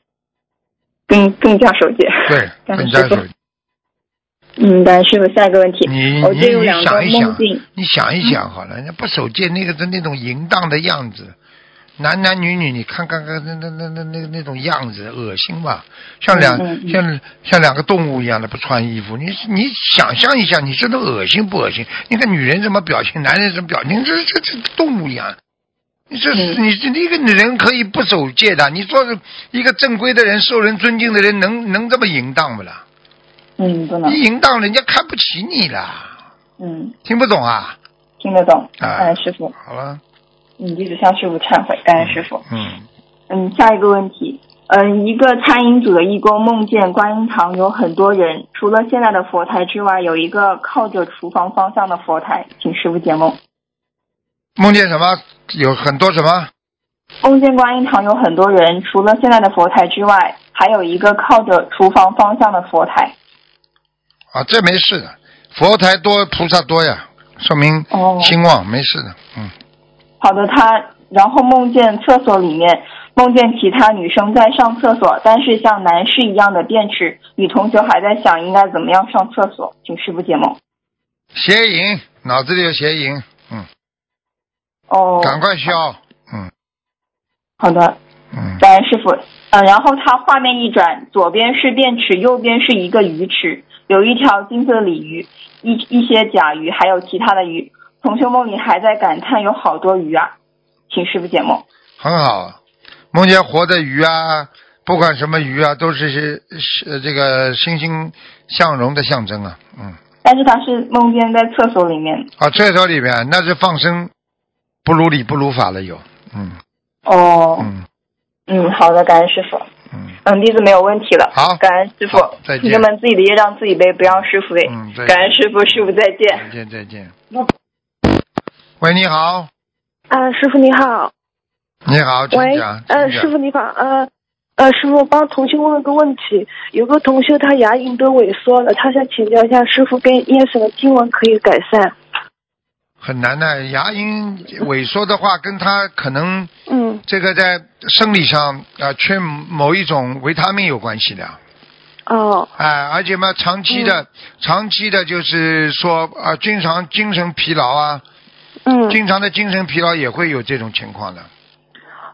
更更加手戒。对， (laughs) 感恩更师加傅守。嗯，感恩师傅。下一个问题，你 (laughs) 我你这有你两个想一梦想境，，嗯你想一想好了，人家不守戒那个的那种淫荡的样子，男男女女，你看看看那那那那那那种样子，恶心吧？像两、嗯嗯像像两个动物一样的不穿衣服，你你想象一下，你觉得恶心不恶心？你看女人什么表情，男人什么表情，这这这动物一样。你这嗯你这一个人可以不守戒的，你说是一个正规的人、受人尊敬的人，能能这么淫荡不啦？嗯，不能一，淫荡，人家看不起你啦，嗯，听不懂啊？听得懂。啊感恩师傅，好了，你弟子向师傅忏悔，感恩哎师傅。嗯，嗯，下一个问题。嗯，一个餐饮组的义工梦见观音堂有很多人，除了现在的佛台之外，有一个靠着厨房方向的佛台，请师傅解梦。梦见什么？有很多什么？梦见观音堂有很多人，除了现在的佛台之外，还有一个靠着厨房方向的佛台。啊，这没事的，佛台多，菩萨多呀，说明哦兴旺，没事的，嗯，好的，他然后梦见厕所里面梦见其他女生在上厕所，但是像男士一样的电池，女同学还在想应该怎么样上厕所，请师傅解梦。邪淫，脑子里有邪淫，嗯，哦，赶快消，嗯好的，嗯，感恩师傅。嗯，然后他画面一转，左边是便池，右边是一个鱼池，有一条金色的鲤鱼，一一些甲鱼，还有其他的鱼。同修梦里还在感叹有好多鱼啊，请师傅解梦。很好。啊梦见活的鱼啊，不管什么鱼啊，都是是是这个欣欣向荣的象征啊，嗯，但是他是梦见在厕所里面。啊，厕所里面那是放生，不如理不如法了有，嗯哦，嗯嗯，好的，感恩师傅。嗯，嗯，弟子没有问题了。好感恩师傅好再。见同学们自己的业障自己背，不让师傅背。嗯再见感恩师傅，师傅再见。再见再见。喂，你好。啊，师傅你好，你好，请喂讲。，呃，请师讲傅你好，呃，呃，师傅帮同学问了个问题，有个同学他牙龈都萎缩了，他想请教一下师傅跟念什么经文可以改善？很难的，牙龈萎缩的话，跟他可能嗯，这个在生理上啊、缺某一种维他命有关系的。哦，哎、而且嘛，长期的、嗯长期的，就是说啊、经常精神疲劳啊，嗯，经常的精神疲劳也会有这种情况的。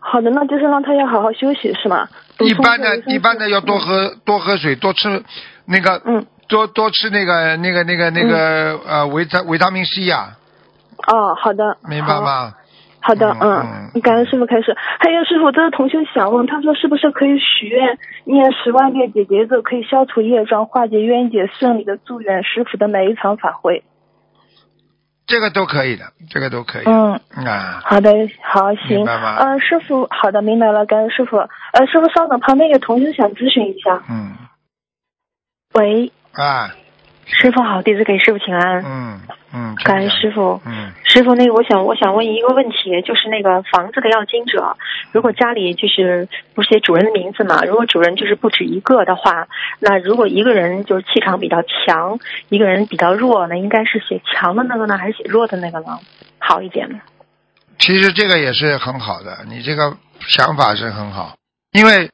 好的，那就是让他要好好休息是吗？补一充般些维的，生素一般的要多喝、多喝水，多吃那个、嗯，多多吃那个那个那个那个、呃维他维他命 C 呀、哦，好的，明白好？吗？好的，嗯嗯嗯，感恩师傅开始。还有师傅，这个同学想问，他说是不是可以许愿念十万遍解结咒，可以消除业障，化解冤结，顺利的祝愿师傅的每一场法会？这个都可以的，这个都可以。嗯，啊，好的，好，行，明白吗呃，师傅，好的，明白了，感恩师傅。呃，师傅稍等，旁边有同学想咨询一下。嗯，喂，啊，师傅好，弟子给师傅请安，嗯嗯，感恩师傅。傅。嗯，师傅，那个我想我想问一个问题，就是那个房子的要经者，如果家里就是不是写主人的名字嘛，如果主人就是不止一个的话，那如果一个人就是气场比较强，一个人比较弱，那应该是写强的那个呢，还是写弱的那个呢？好一点呢？其实这个也是很好的，你这个想法是很好，因为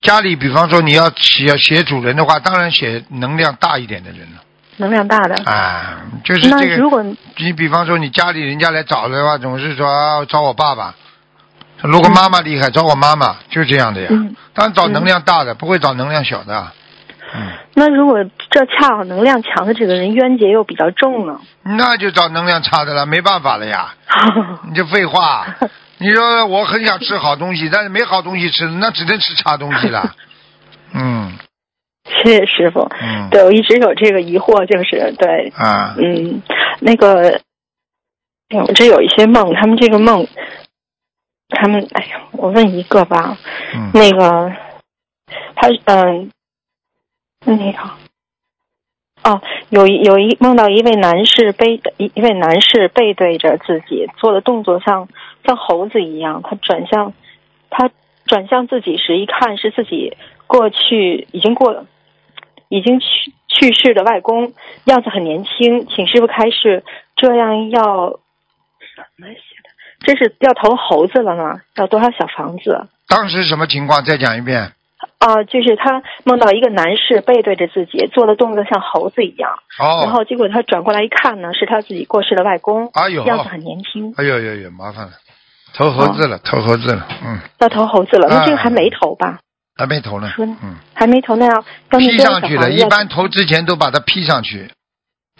家里比方说你要写写主人的话，当然写能量大一点的人了能量大的。啊，就是这那如个。果你比方说你家里人家来找的话，总是说、啊找我爸爸。如果妈妈厉害，找我妈妈，就这样的呀。嗯当然找嗯能量大的，不会找能量小的。嗯，那如果这恰好能量强的这个人冤结又比较重呢？ (laughs) 那就找能量差的了，没办法了呀。你这废 (laughs) 话，你说我很想吃好东西，但是没好东西吃，那只能吃差东西 (laughs) 了。嗯谢谢师傅。嗯对我一直有这个疑惑，就是对，啊，嗯，那个，我这有一些梦，他们这个梦他们，哎呀，我问一个吧，嗯，那个，他嗯，那个，哦，有一有一梦到一位男士背一一位男士背对着自己做的动作像像猴子一样，他转向他转向自己时，一看是自己过去已经过已经去去世的外公，样子很年轻，请师傅开示，这样要什么写的？这是要投猴子了吗？要多少小房子？当时什么情况？再讲一遍。啊、就是他梦到一个男士背对着自己做的动作像猴子一样，然哦，后结果他转过来一看呢，是他自己过世的外公，哎呦，样子很年轻，哎呦呦呦，麻烦了，投猴子了，哦投猴子了，嗯，要投猴子了，那这个哎还没投吧？还没投呢，说呢嗯，还没投那样，要披念多少上小去房了，子一要般投之前都把它披上去，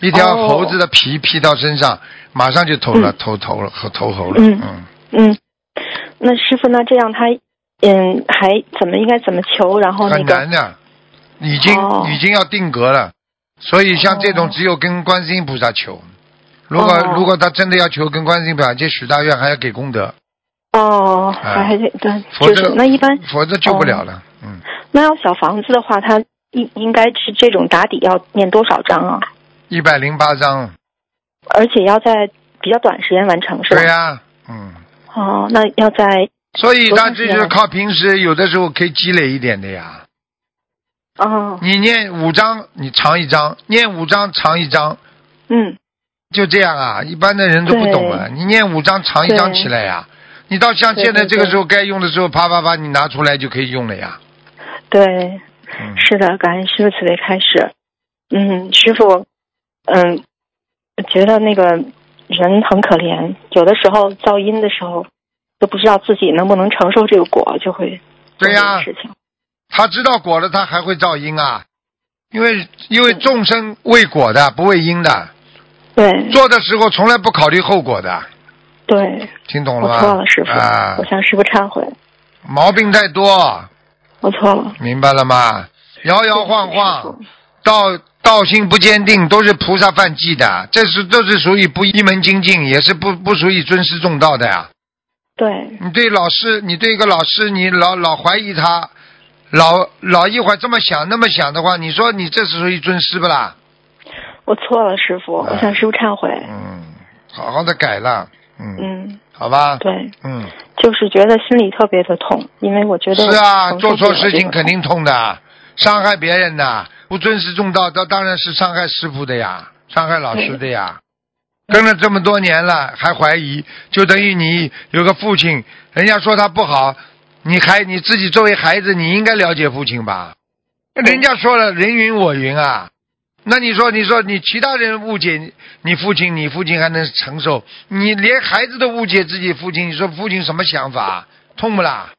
一条哦猴子的皮披到身上，马上就投了，嗯投投了，和投猴了，嗯嗯，嗯，那师傅呢？这样他嗯还怎么应该怎么求？然后那很个难的，已经哦已经要定格了，所以像这种哦只有跟观世音菩萨求。如果哦如果他真的要求跟观世音菩萨，这许大愿还要给功德，哦，哎还还得对，否就则是那一般哦否则救不了了。嗯，那要小房子的话，他应应该是这种打底要念多少章啊？一百零八章，而且要在比较短时间完成是吧？对呀、嗯，哦，那要在所以他这多长时就间是啊靠平时有的时候可以积累一点的呀。哦，你念五章，你藏一章；念五章，藏一章，嗯就这样啊。一般的人都不懂啊。你念五章，藏一章起来呀、你到像现在对对这个时候该用的时候，啪啪啪，你拿出来就可以用了呀。，对，嗯，是的，感恩师傅慈悲开始。嗯，师傅，嗯，觉得那个人很可怜，有的时候噪音的时候都不知道自己能不能承受这个果，就会做对这呀、个事情。他知道果了，他还会造因啊。因为因为众生为果的，不为因的。对做的时候从来不考虑后果的，对，听懂我了吗？错了，师傅，啊我，向师傅忏悔，毛病太多，我错了。明白了吗？摇摇晃对晃不，起师道道心不坚定，都是菩萨犯忌的，这是这是属于不一门精进，也是不不属于尊师重道的呀。傅对你对老师，你对一个老师，你老老怀疑他，老老一会儿这么想那么想的话，你说你这是属于尊师不啦？我错了，师傅，哎我向师傅忏悔。嗯，好好的改了，嗯，嗯，好吧，对，嗯，就是觉得心里特别的痛，因为我觉得是啊，承受做不错了事这情个肯痛定痛的，伤害别人的，不尊师重道，那当然是伤害师傅的呀，伤害老师的嗯呀。跟了这么多年了，还怀疑，就等于你有个父亲，人家说他不好，你还你自己作为孩子，你应该了解父亲吧？人家说了，人云我云啊。那你说，你说你其他人误解你你父亲，你父亲还能承受，你连孩子都误解自己父亲，你说父亲什么想法？痛不啦？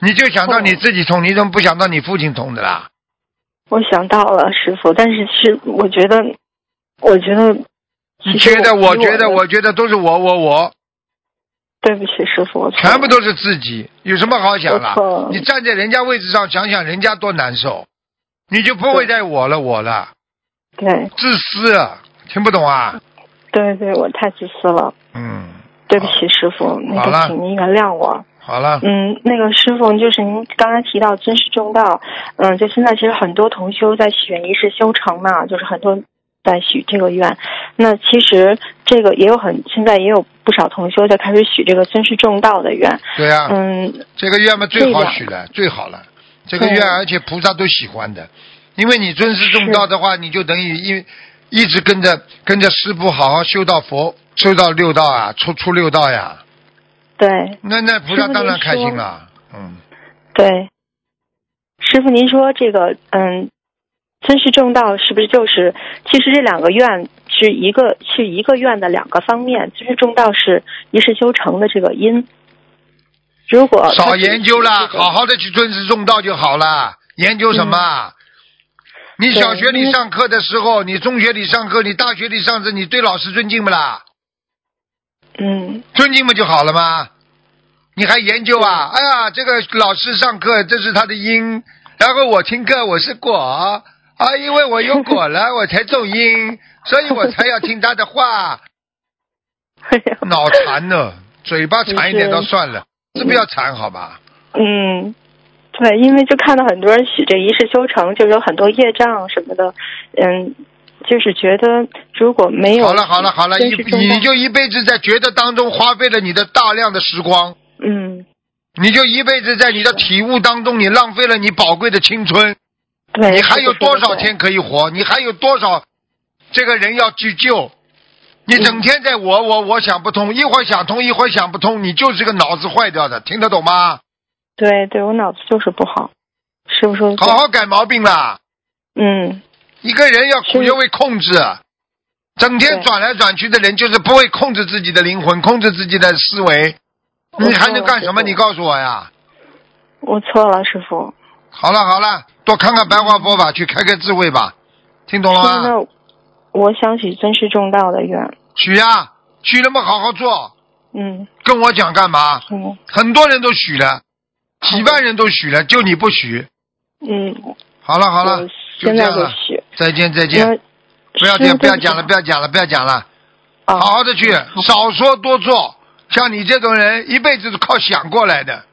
你就想到你自己痛，你怎么不想到你父亲痛的啦？我想到了师傅，但是是我觉得，我觉得，你觉得？我我觉得，我我觉得都是我，我，我，对不起师傅，我错了全部都是自己，有什么好想我错啦了？你站在人家位置上想想人家多难受，你就不会再我了，我了，对自私，听不懂啊？对对，我太自私了，嗯，对不起师傅，那好了个请您原谅我。好了，嗯，那个师傅就是您刚才提到尊师重道，嗯，就现在其实很多同修在选一世修成嘛，就是很多在许这个愿。那其实这个也有很现在也有不少同修在开始许这个尊师重道的愿。对啊，嗯，这个愿嘛最好对的许了，最好了。这个对愿，而且菩萨都喜欢的，因为你尊师重道的话，你就等于一一直跟着跟着师傅好好修到佛，修到六道啊，出出六道呀。对。那那菩师萨父当然您开心说了，嗯，对，师傅，您说这个，嗯，尊师重道是不是就是？其实这两个愿是一个是一个愿的两个方面，尊师重道是一世修成的这个因。如果他少只啊是研究啦，这个好好的去尊师重道就好了。研究什么啊？你小学嗯因里为上课的时候，你中学里上课，你大学里上课，你对老师尊敬不啦？嗯，尊敬不就好了吗？你还研究啊？哎呀，这个老师上课这是他的因，然后我听课我是果啊，因为我有果 (laughs) 了，我才种因，所以我才要听 (laughs) 他的话。哎呀脑残呢，嘴巴馋一点是倒算了，是不要缠好吧？嗯，对，因为就看到很多人许这一世修成，就有很多业障什么的，嗯，就是觉得如果没有好了好了好了，真一是中道你就一辈子在觉得当中花费了你的大量的时光，嗯，你就一辈子在你的体悟当中，你浪费了你宝贵的青春，对，你还是有多少？是是天可以活？你还有多少这个人要去救？你整天在我我我想不通，一会儿想通，一会儿想不通，你就是个脑子坏掉的，听得懂吗？对对，我脑子就是不好，师傅说的对好好改毛病啦！嗯，一个人要苦是要会控制，整天对转来转去的人就是不会控制自己的灵魂，控制自己的思维，我你错还能了干师什么？傅你告诉我呀！我错了，师傅。好了好了，多看看白话佛法，去开开智慧吧，听懂了师傅吗？那我想许尊师重道的愿，许呀、许了嘛，好好做，嗯跟我讲干嘛？嗯很多人都许了，几万人都许了，就你不许。嗯，好了好了我，就这现在样就了，许。再见再那见，不要师讲傅不要对起讲了不要讲了不要讲了，啊，好好的去，少说多做。像你这种人，一辈子是靠想过来的，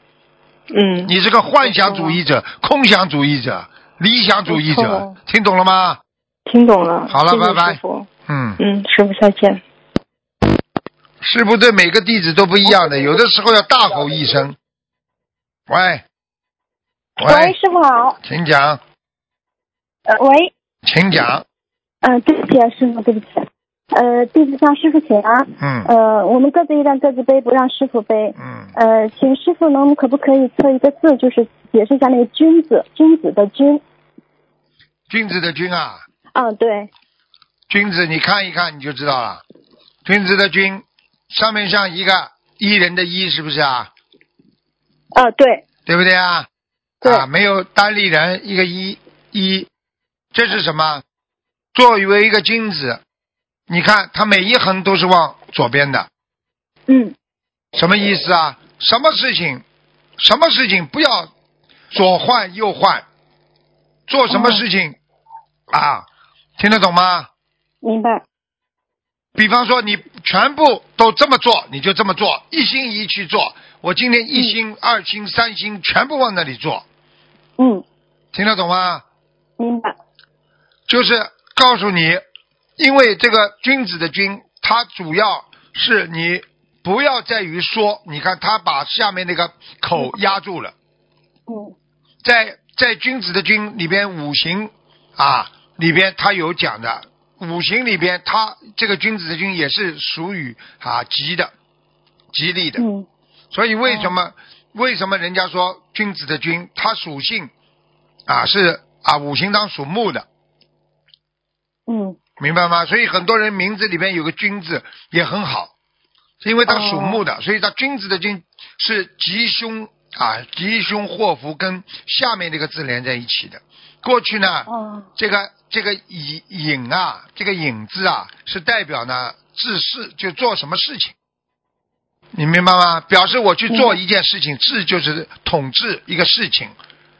嗯，你是个幻想主义者、空想主义者、理想主义没者错，听懂了吗？听懂了。好了谢拜谢拜师傅，嗯，嗯，师傅再见。师傅对每个弟子都不一样的，有的时候要大吼一声。喂，喂，喂，师傅好。请讲，呃，喂，请讲，呃，对不起啊，师傅，对不起。呃，弟子向师傅请安。嗯呃，我们各自一段，各自背，不让师傅背。嗯，呃，请师傅能可不可以测一个字，就是解释一下那个“君”字，君子的“君君子的君啊，”。啊，对，君子，你看一看你就知道了。君子的君，上面像一个一人的一，是不是啊？啊，对，对不对啊？对啊，没有单立人，一个一一，这是什么？作为一个君子，你看它每一横都是往左边的，嗯，什么意思啊？什么事情，什么事情不要左换右换，做什么事情、哦啊？听得懂吗？明白。比方说，你全部都这么做，你就这么做，一心一意去做。我今天一心、二心、三心全部往那里做，嗯，听得懂吗？明白。就是告诉你，因为这个君子的君，它主要是你不要在于说，你看他把下面那个口压住了，嗯在在君子的君里边五行啊里边，他有讲的五行里边，他这个君子的君也是属于啊吉的、吉利的，嗯所以为什么、为什么人家说君子的君，它属性啊是啊五行当属木的，嗯明白吗？所以很多人名字里面有个君字也很好，是因为它属木的，所以它君子的君是吉凶啊，吉凶祸福跟下面这个字连在一起的。过去呢，啊这个这个引引啊，这个引字啊，是代表呢治事，就做什么事情，你明白吗？表示我去做一件事情，治就是统治一个事情，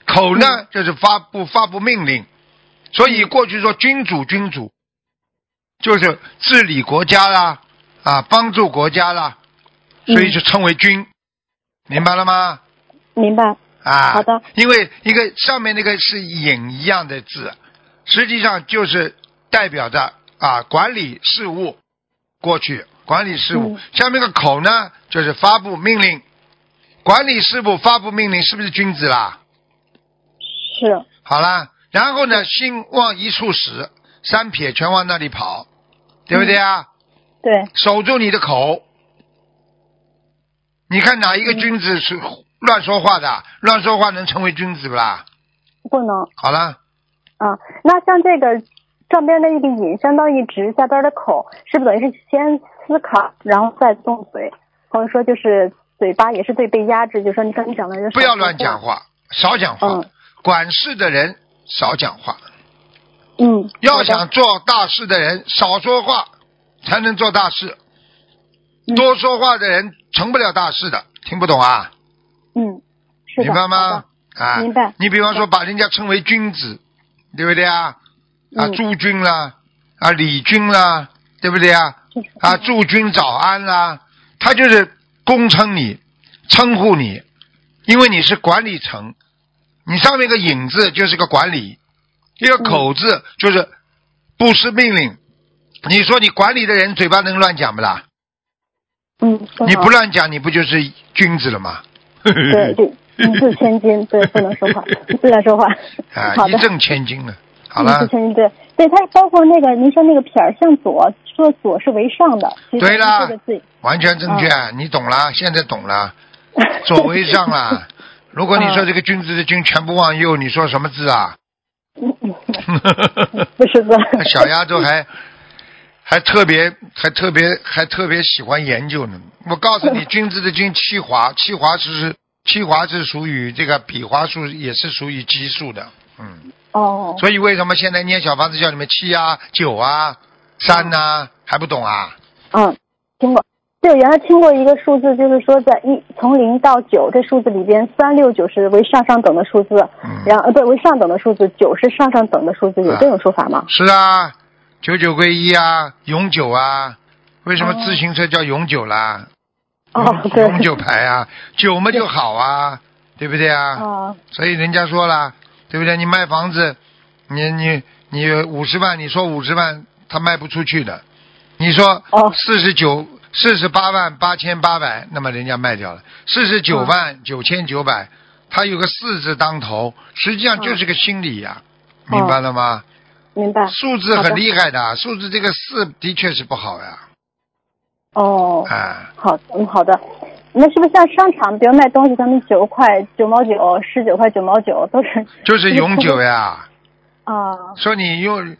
口呢就是发布发布命令，所以过去说君主君主，就是治理国家啦，啊，帮助国家啦，所嗯以就称为君，明白了吗？明白。啊，好的，因为一个上面那个是引一样的字，实际上就是代表着啊管理事务，过去管理事务，嗯下面个口呢就是发布命令，管理事务发布命令是不是君子啦？是，好啦，然后嗯呢，心往一处使，三撇全往那里跑，对不对啊？嗯对，守住你的口。你看哪一嗯个君子是乱说话的？乱说话能成为君子不啦？不能好了，啊。那像这个上边的一个引申到一直下边的口，是不是等于是先思考，然后再动嘴？或者说就是嘴巴也是对被压制，就说你刚才讲的就不要乱讲。话，少讲话。嗯管事的人少讲话，嗯，要好的想做大事的人少说话，才能做大事。嗯多说话的人成不了大事的，听不懂啊？嗯，是的，明白好吗的？？啊，明白你比方说把人家称为君子，对不对啊？啊，嗯朱君啦，啊，李君啦，对不对啊？就是啊，祝君早安啦、他就是恭称你，称呼你，因为你是管理层，你上面一个引字就是个管理，一个口字就是不施命令。你说你管理的人嘴巴能乱讲不啦？嗯，你不乱讲，你不就是君子了吗？对，嗯就一字千金，对，不能说话，不能说话。 (laughs) 啊 (laughs) 好，一的，嗯掷千金了。好一字了，千金，对，对，它包括那个您说那个撇儿向左，说左是为上的，其实对啦这个字，完全正确，啊嗯你懂了，现在懂了，左为 (laughs) 上啦。如果你说这个君子的君全部往右，你说什么字啊？ (laughs) 嗯嗯 (laughs) 嗯 (laughs) 不是字，小丫头还还特别还特别还特别喜欢研究呢。我告诉你，君子的君七华，七华是七华是属于这个笔画数，也是属于奇数的。嗯，哦，所以为什么现在念小房子叫你们七啊、九啊、三呐、还不懂啊？嗯，听过。对，原来听过一个数字，就是说在一从零到九这数字里边，三六九是为上上等的数字，嗯然后呃对为上等的数字，九是上上等的数字，有啊这种说法吗？是啊，九九归一啊，永久啊。为什么自行车叫永久啦？哦永，对，永久牌啊，久嘛就好啊，对不对啊？啊，所以人家说了，对不对？你卖房子，你你你五十万，你说五十万，他卖不出去的。你说哦四十九四十八万八千八百，那么人家卖掉了四十九嗯万九千九百，他有个四字当头，实际上就是个心理呀、哦明白了吗？明白。数字哦好的很厉害的，数字这个四的确是不好呀，哦，啊，好，嗯，好的。那是不是像商场，比如卖东西，他们九块九毛九、十九块九毛九都是就是永久呀。啊？说你拥，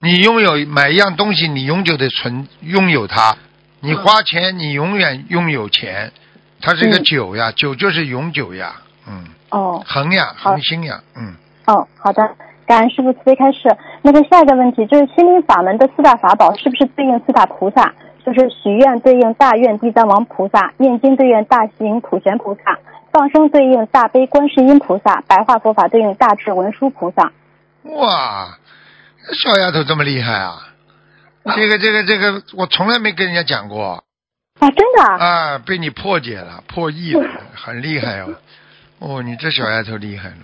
你拥有买一样东西，你永久的存拥有它，你花钱，你永远拥有钱，它是一个嗯久呀，久就是永久呀，嗯，哦，恒呀，好恒星呀，嗯，哦，好的，感恩师傅慈悲开示。那个下一个问题就是心灵法门的四大法宝是不是对应四大菩萨？就是许愿对应大愿地藏王菩萨，念经对应大行普贤菩萨，放生对应大悲观世音菩萨，白话佛法对应大智文殊菩萨。哇，小丫头这么厉害啊！这个这个这个，我从来没跟人家讲过啊，真的啊？啊，被你破解了，破译了，很厉害哦！哦，你这小丫头厉害了。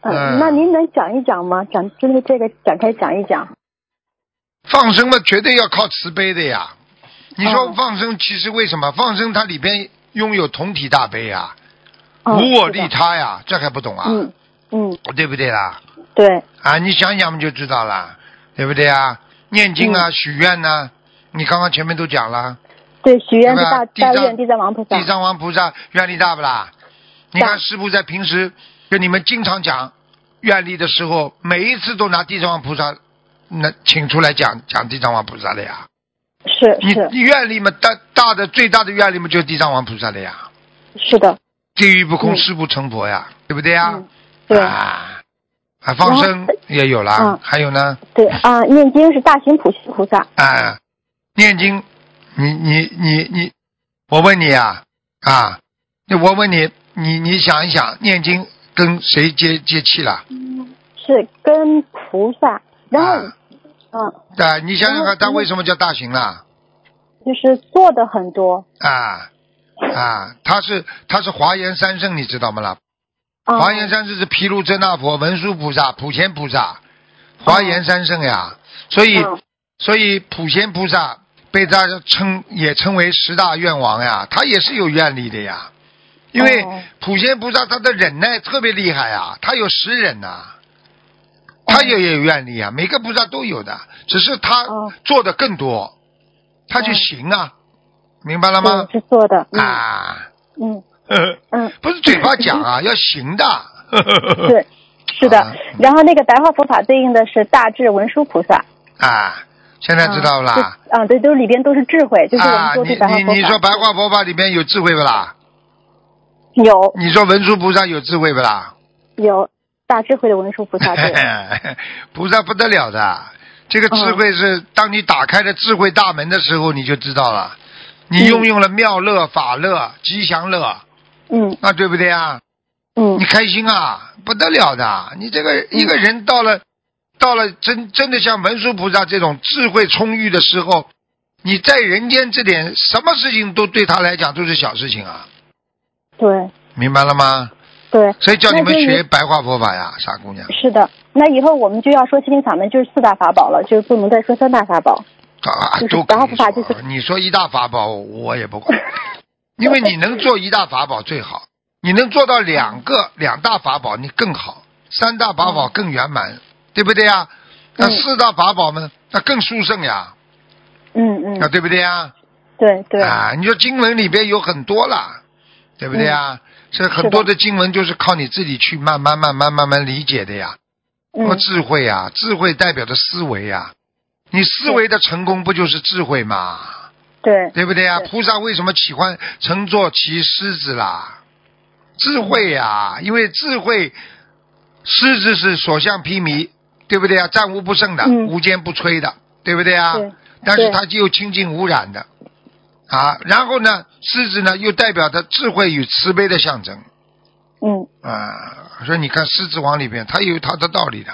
嗯、嗯那您能讲一讲吗？讲针对这个展开讲一讲。放生嘛，绝对要靠慈悲的呀。你说哦放生，其实为什么放生？它里边拥有同体大悲呀，嗯无我利是的他呀，这还不懂啊？嗯嗯，对不对啦？对，啊，你想想嘛就知道啦，对不对啊？念经嗯啊，许愿呐、你刚刚前面都讲了，对，许愿是对吧大地藏大愿地藏王菩萨地。藏王菩萨愿力大不啦？你看师傅在平时跟你们经常讲愿力的时候，每一次都拿地藏王菩萨那请出来讲讲地藏王菩萨的呀。是你是你愿力嘛，大大的最大的愿力嘛，就是地藏王菩萨的呀，是的，地狱不空，嗯誓不成佛呀，对不对呀？嗯对啊，啊，放生也有啦，嗯还有呢，对啊，念经是大行普贤菩萨。啊，念经，你你你你，我问你啊啊，我问你，你你想一想，念经跟谁接接气了？是跟菩萨，然后、啊，嗯，啊，你想想然后看，他嗯为什么叫大行了？就是做的很多啊啊，他是他是华严三圣，你知道吗？啦，啊，华严三圣是毗卢遮那佛、文殊菩萨、普贤菩萨，华严三圣呀。所以，哦嗯所以普贤菩萨被大家称也称为十大愿王呀，他也是有愿力的呀。因为哦普贤菩萨他的忍耐特别厉害啊，他有十忍呐、他也有愿力啊，每个菩萨都有的，只是他哦做的更多，他就哦行啊，明白了对吗？是做的，嗯、 (laughs) 啊，呃嗯呵呵嗯，不是嘴巴讲啊，要行的。呵呵呵呵 (laughs) 对，是的。啊然后那个白话佛法对应的是大智文殊菩萨，啊，现在知道了就啦。啊，对，都里边都是智慧，就是我啊们，做你出白话你佛法、你说白话佛法里面有智慧不啦？有你说文殊菩萨有智慧不啦？有大智慧的文殊菩萨啊对， (laughs) 菩萨不得了的，这个智慧是当你打开了智慧大门的时候，你就知道了。你拥有了妙乐、法乐、吉祥乐，嗯那对不对啊？嗯你开心啊，不得了的。你这个一个人到了，到了真真的像文殊菩萨这种智慧充裕的时候，你在人间这点什么事情都对他来讲都是小事情啊。对明白了吗？对，所以叫你们那就学是白话佛法呀，傻姑娘，是的。那以后我们就要说心灵法门，就是四大法宝了，就是不能再说三大法宝。啊，就是都可白话以佛法就说是。你说一大法宝，我也不 (laughs) 管，因为你能做一大法宝最好，你能做到两嗯个两大法宝，你更好，三大法宝更圆满，对不对呀？那嗯四大法宝呢？那更殊胜呀，啊嗯嗯那，对不对呀？对对，啊，你说经文里边有很多啦，对不对嗯呀？所以很多的经文就是靠你自己去慢慢慢慢慢慢理解的呀。嗯和智慧呀、智慧代表着思维呀、你思维的成功不就是智慧嘛？对对不对呀、对菩萨为什么喜欢乘坐骑狮子啦？智慧呀、因为智慧，狮子是所向披靡，对不对呀、啊战无不胜的，嗯无坚不摧的，对不对呀、对但是对它又清净无染的，啊，然后呢，狮子呢又代表着智慧与慈悲的象征嗯啊。所以你看《狮子王》里边，它有它的道理的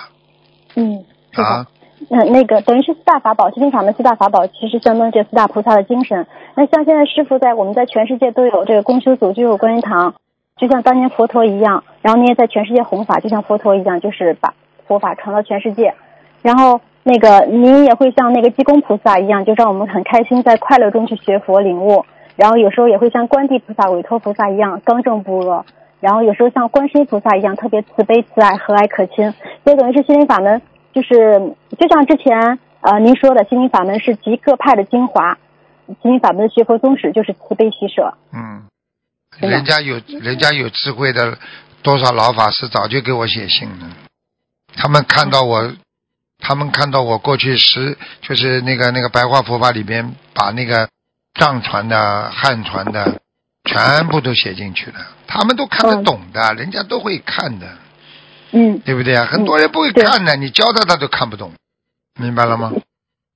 嗯，是的。啊。嗯，那个等于是四大法宝，心灵法门四大法宝，其实相当于这四大菩萨的精神。那像现在师傅在我们在全世界都有这个公修组，就有观音堂，就像当年佛陀一样，然后你也在全世界弘法，就像佛陀一样，就是把佛法传到全世界。然后那个您也会像那个济公菩萨一样，就让我们很开心，在快乐中去学佛领悟。然后有时候也会像观地菩萨、韦陀菩萨一样刚正不阿，然后有时候像观世音菩萨一样特别慈悲、慈爱、和蔼可亲。所以等于是心灵法门，就是就像之前呃您说的，心灵法门是集各派的精华，心灵法门的学佛宗旨就是慈悲喜舍。嗯，真的人家有人家有智慧的多少老法师早就给我写信了，他们看到我，他们看到我过去十就是那个那个白话佛法里边把那个藏传的汉传的全部都写进去了，他们都看得嗯懂的，人家都会看的，嗯对不对啊？很多人不会对看的，你教他他都看不懂，明白了吗？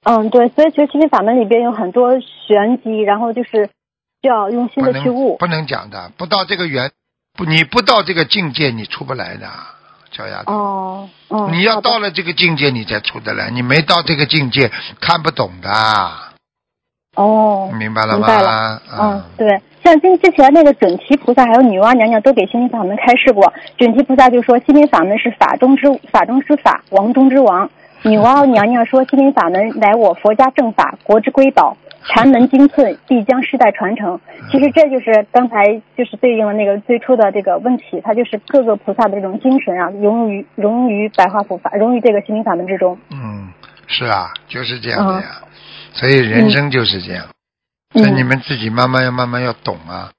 嗯，对，所以其实心灵法门里边有很多玄机，然后就是需要用心不的去能悟不。能讲的，不到这个缘，不你不到这个境界，你出不来的，小丫头。哦，嗯，你要好的到了这个境界，你才出得来。你没到这个境界，看不懂的，哦，明白了明吗？白了嗯啊，，对，像今之前那个准提菩萨还有女娲娘娘都给心灵法门开示过，准提菩萨就说心灵法门是法中之法中之法，王中之王。女娲娘娘说心灵法门乃我佛家正法，国之瑰宝，禅门精粹，必将世代传承。其实这就是刚才就是对应了那个最初的这个问题，它就是各个菩萨的这种精神啊，融于融于白话佛法，融于这个心灵法门之中。嗯，是啊，就是这样的呀。所以人生就是这样，嗯那、你们自己慢慢要慢慢要懂啊，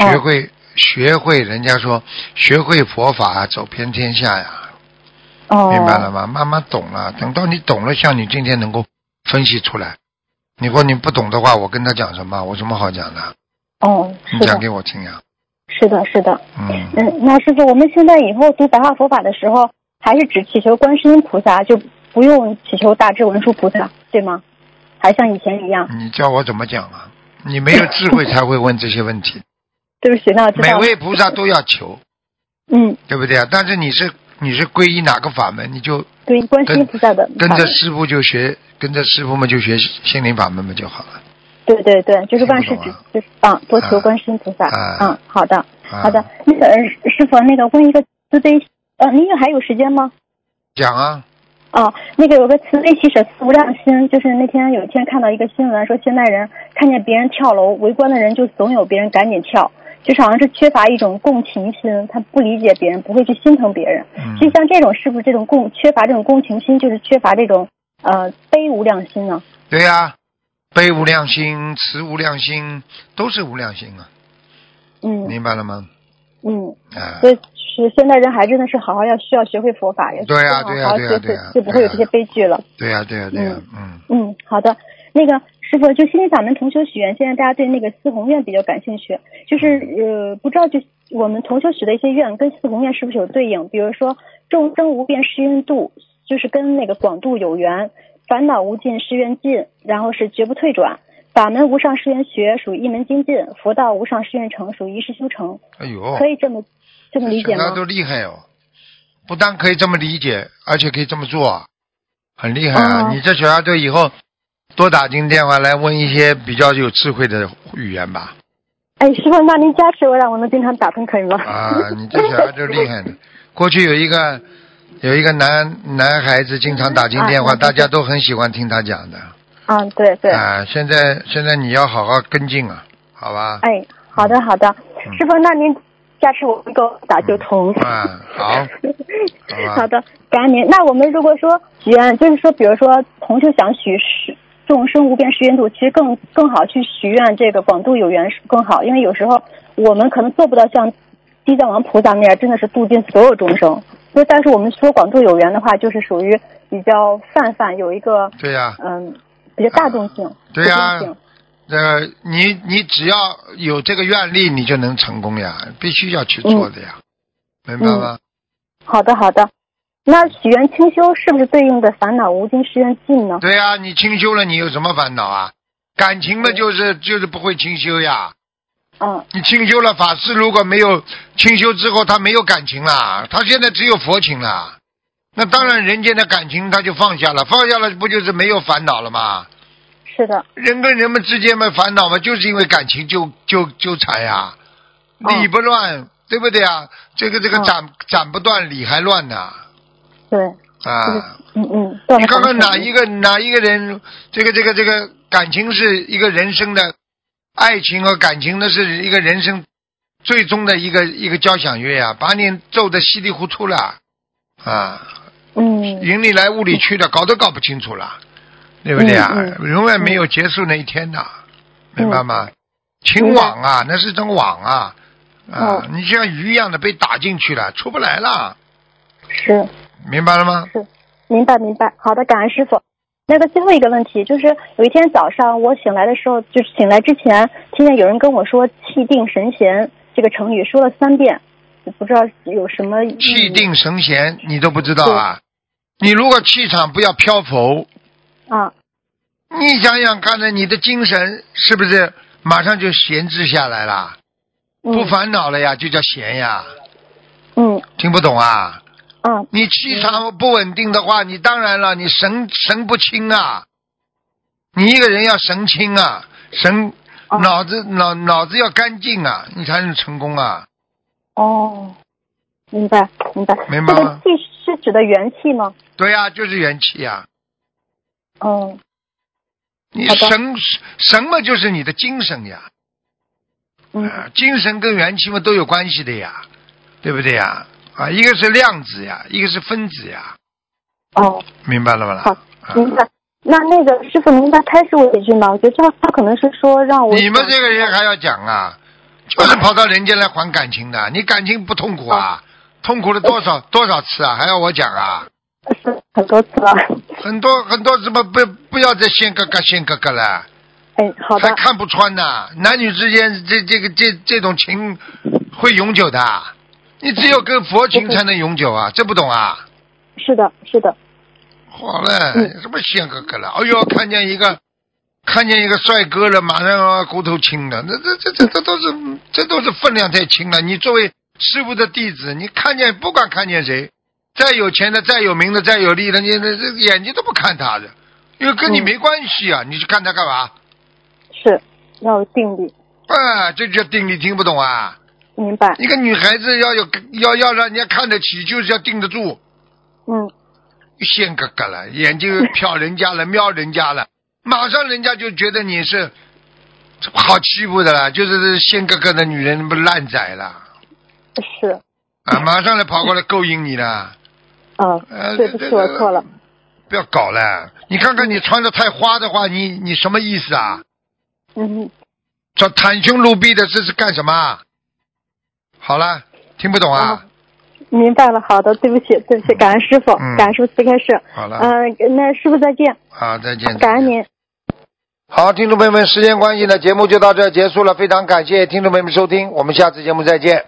哦学会、学会，人家说学会佛法走遍天下呀，哦，明白了吗？慢慢懂了，等到你懂了，像你今天能够分析出来。你说你不懂的话，我跟他讲什么？我有什么好讲的？哦，是你的讲，给我听呀。是的，是的。嗯，嗯，那师傅，我们现在以后读白话佛法的时候，还是只祈求观世音菩萨，就不用祈求大智文殊菩萨，对吗？还像以前一样？ (laughs) 你叫我怎么讲啊？你没有智慧才会问这些问题。对不起， (laughs) 那我知每道了。位菩萨都要求，嗯，对不对啊？但是你是你是皈依哪个法门，你就对，观世音菩萨的跟法着门师傅就学，跟着师傅们就学心灵法门嘛就好了。对对对，就是万事听不懂啊只就是啊，多啊求观世音菩萨。啊嗯，好的，啊、好的。，那个呃师傅，那个问一个慈悲，呃，您还有时间吗？讲啊，哦，那个有个慈悲喜舍四无量心，就是那天有一天看到一个新闻，说现代人看见别人跳楼，围观的人就怂恿别人赶紧跳，就是好像是缺乏一种共情心，他不理解别人，不会去心疼别人。嗯其，实像这种是不是这种共缺乏这种共情心，就是缺乏这种呃悲无量心呢？对呀、悲无量心、慈无量心，都是无量心啊，嗯明白了吗？嗯，啊、所以是现代人还真的是好好要需要学会佛法，要对呀好对呀啊好对呀学对习呀，就不会有这些悲剧了。对呀、对呀、对呀、嗯，嗯，好的。那个师傅，就心灵法门同修许愿，现在大家对那个四宏愿比较感兴趣，就是呃，不知道就我们同修许的一些愿跟四宏愿是不是有对应？比如说众生无边誓愿度，就是跟那个广度有缘；烦恼无尽誓愿尽，然后是绝不退转；法门无上誓愿学，属于一门精进；佛道无上誓愿成，属于一世修成。哎呦，可以这么这么理解那吗？都厉害哦！不但可以这么理解，而且可以这么做啊，很厉害啊！哦你这小丫头以后多打进电话来问一些比较有智慧的语言吧，哎，师傅，那您加持我，让我能经常打喷可以吗？ (laughs) 啊，你这小孩都厉害的。过去有一个有一个男男孩子经常打进电话，啊大家都很喜欢听他讲的。啊，对对，啊，现在现在你要好好跟进啊，好吧？哎，好的好的，嗯师傅，那您加持我能够打九通。啊， (laughs) 好，好吧好的，感恩您。那我们如果说许愿，就是说，比如说同修想许是众生无边誓愿度，其实更更好去许愿这个广度有缘是更好，因为有时候我们可能做不到像地藏王菩萨那样，真的是度尽所有众生。所以，但是我们说广度有缘的话，就是属于比较泛泛，有一个对呀、嗯比较大众性，对呀普遍性这个呃你你只要有这个愿力，你就能成功呀，必须要去做的呀，明白吗？好的好的。那许愿清修是不是对应的烦恼无尽誓愿尽呢？对呀、你清修了，你有什么烦恼啊？感情嘛，就是就是不会清修呀。嗯，你清修了，法师如果没有清修之后，他没有感情啦，他现在只有佛情啦。那当然，人间的感情他就放下了，放下了不就是没有烦恼了吗？是的，人跟人们之间的烦恼嘛，就是因为感情纠纠纠缠呀，嗯理不乱，对不对啊？这个这个嗯斩斩不断，理还乱呢对，啊！嗯嗯，断你了看看红哪尘一个哪一个人，这个这个这个感情是一个人生的爱情和感情，那是一个人生最终的一个一个交响乐呀、把你揍得稀里糊涂了啊！嗯，云里来雾里去的，搞都搞不清楚了，对不对啊？嗯永远没有结束那一天的，明白吗？情网啊，那是一种网啊，哦啊，你像鱼一样的被打进去了，出不来了，是，明白了吗？嗯明白明白。好的，感恩师傅。那个最后一个问题就是，有一天早上我醒来的时候，就是醒来之前听见有人跟我说“气定神闲”这个成语，说了三遍，不知道有什么意义气定神闲，你都不知道啊？你如果气场不要漂浮，啊？你想想看呢，你的精神是不是马上就闲置下来了？嗯不烦恼了呀，就叫闲呀，嗯听不懂啊？啊你气场不稳定的话，你当然了，你神神不清啊，你一个人要神清啊，神哦脑子脑脑子要干净啊，你才能成功啊。哦，明白明白。明白这个吗气是指的元气吗？对呀、就是元气呀、哦你好的神神嘛，就是你的精神呀、嗯啊精神跟元气嘛都有关系的呀，对不对呀？啊，一个是量子呀，一个是分子呀，哦，明白了吧啦？好啊明白。那那个师傅，您再开示我几句吗？我觉得这个他可能是说让我你们这个人还要讲啊，就是跑到人间来还感情 (coughs) 的，你感情不痛苦哦啊？痛苦了多少多少次啊？还要我讲啊？呃是很多次了。 (laughs) 很多很多什么不不要再掀哥哥掀哥哥了，哎，好的还，看不穿呐、男女之间这这个这这种情会永久的，啊你只有跟佛情才能永久啊，这不懂啊？是的，是的，好了，嗯什么掀哥哥了？哎呦，看见一个看见一个帅哥了，马上啊骨头轻了。那这这这这都是这都是分量太轻了。你作为师傅的弟子，你看见不管看见谁，再有钱的、再有名的、再有利的，你那这眼睛都不看他的，因为跟你嗯没关系啊。你去看他干嘛？是要有定力，啊，这就叫定力，听不懂啊？明白？一个女孩子要有要要让人家看得起，就是要定得住。嗯，现哥哥了，眼睛瞟人家了，瞄人家了，马上人家就觉得你是好欺负的了，就是现哥哥的女人不烂仔了是，啊，马上来跑过来勾引你了，啊、呃对不这起，我错了。不要搞了。你看看你穿的太花的话，你你什么意思啊？嗯，这袒胸露臂的这是干什么啊？好了，听不懂嗯啊？明白了，好的，对不起，对不起，感恩师傅，嗯感恩师傅慈悲开示。好了，嗯、那师傅再见，好，再见。感恩您。好，听众朋友们，时间关系呢，节目就到这儿结束了。非常感谢听众朋友们收听，我们下次节目再见。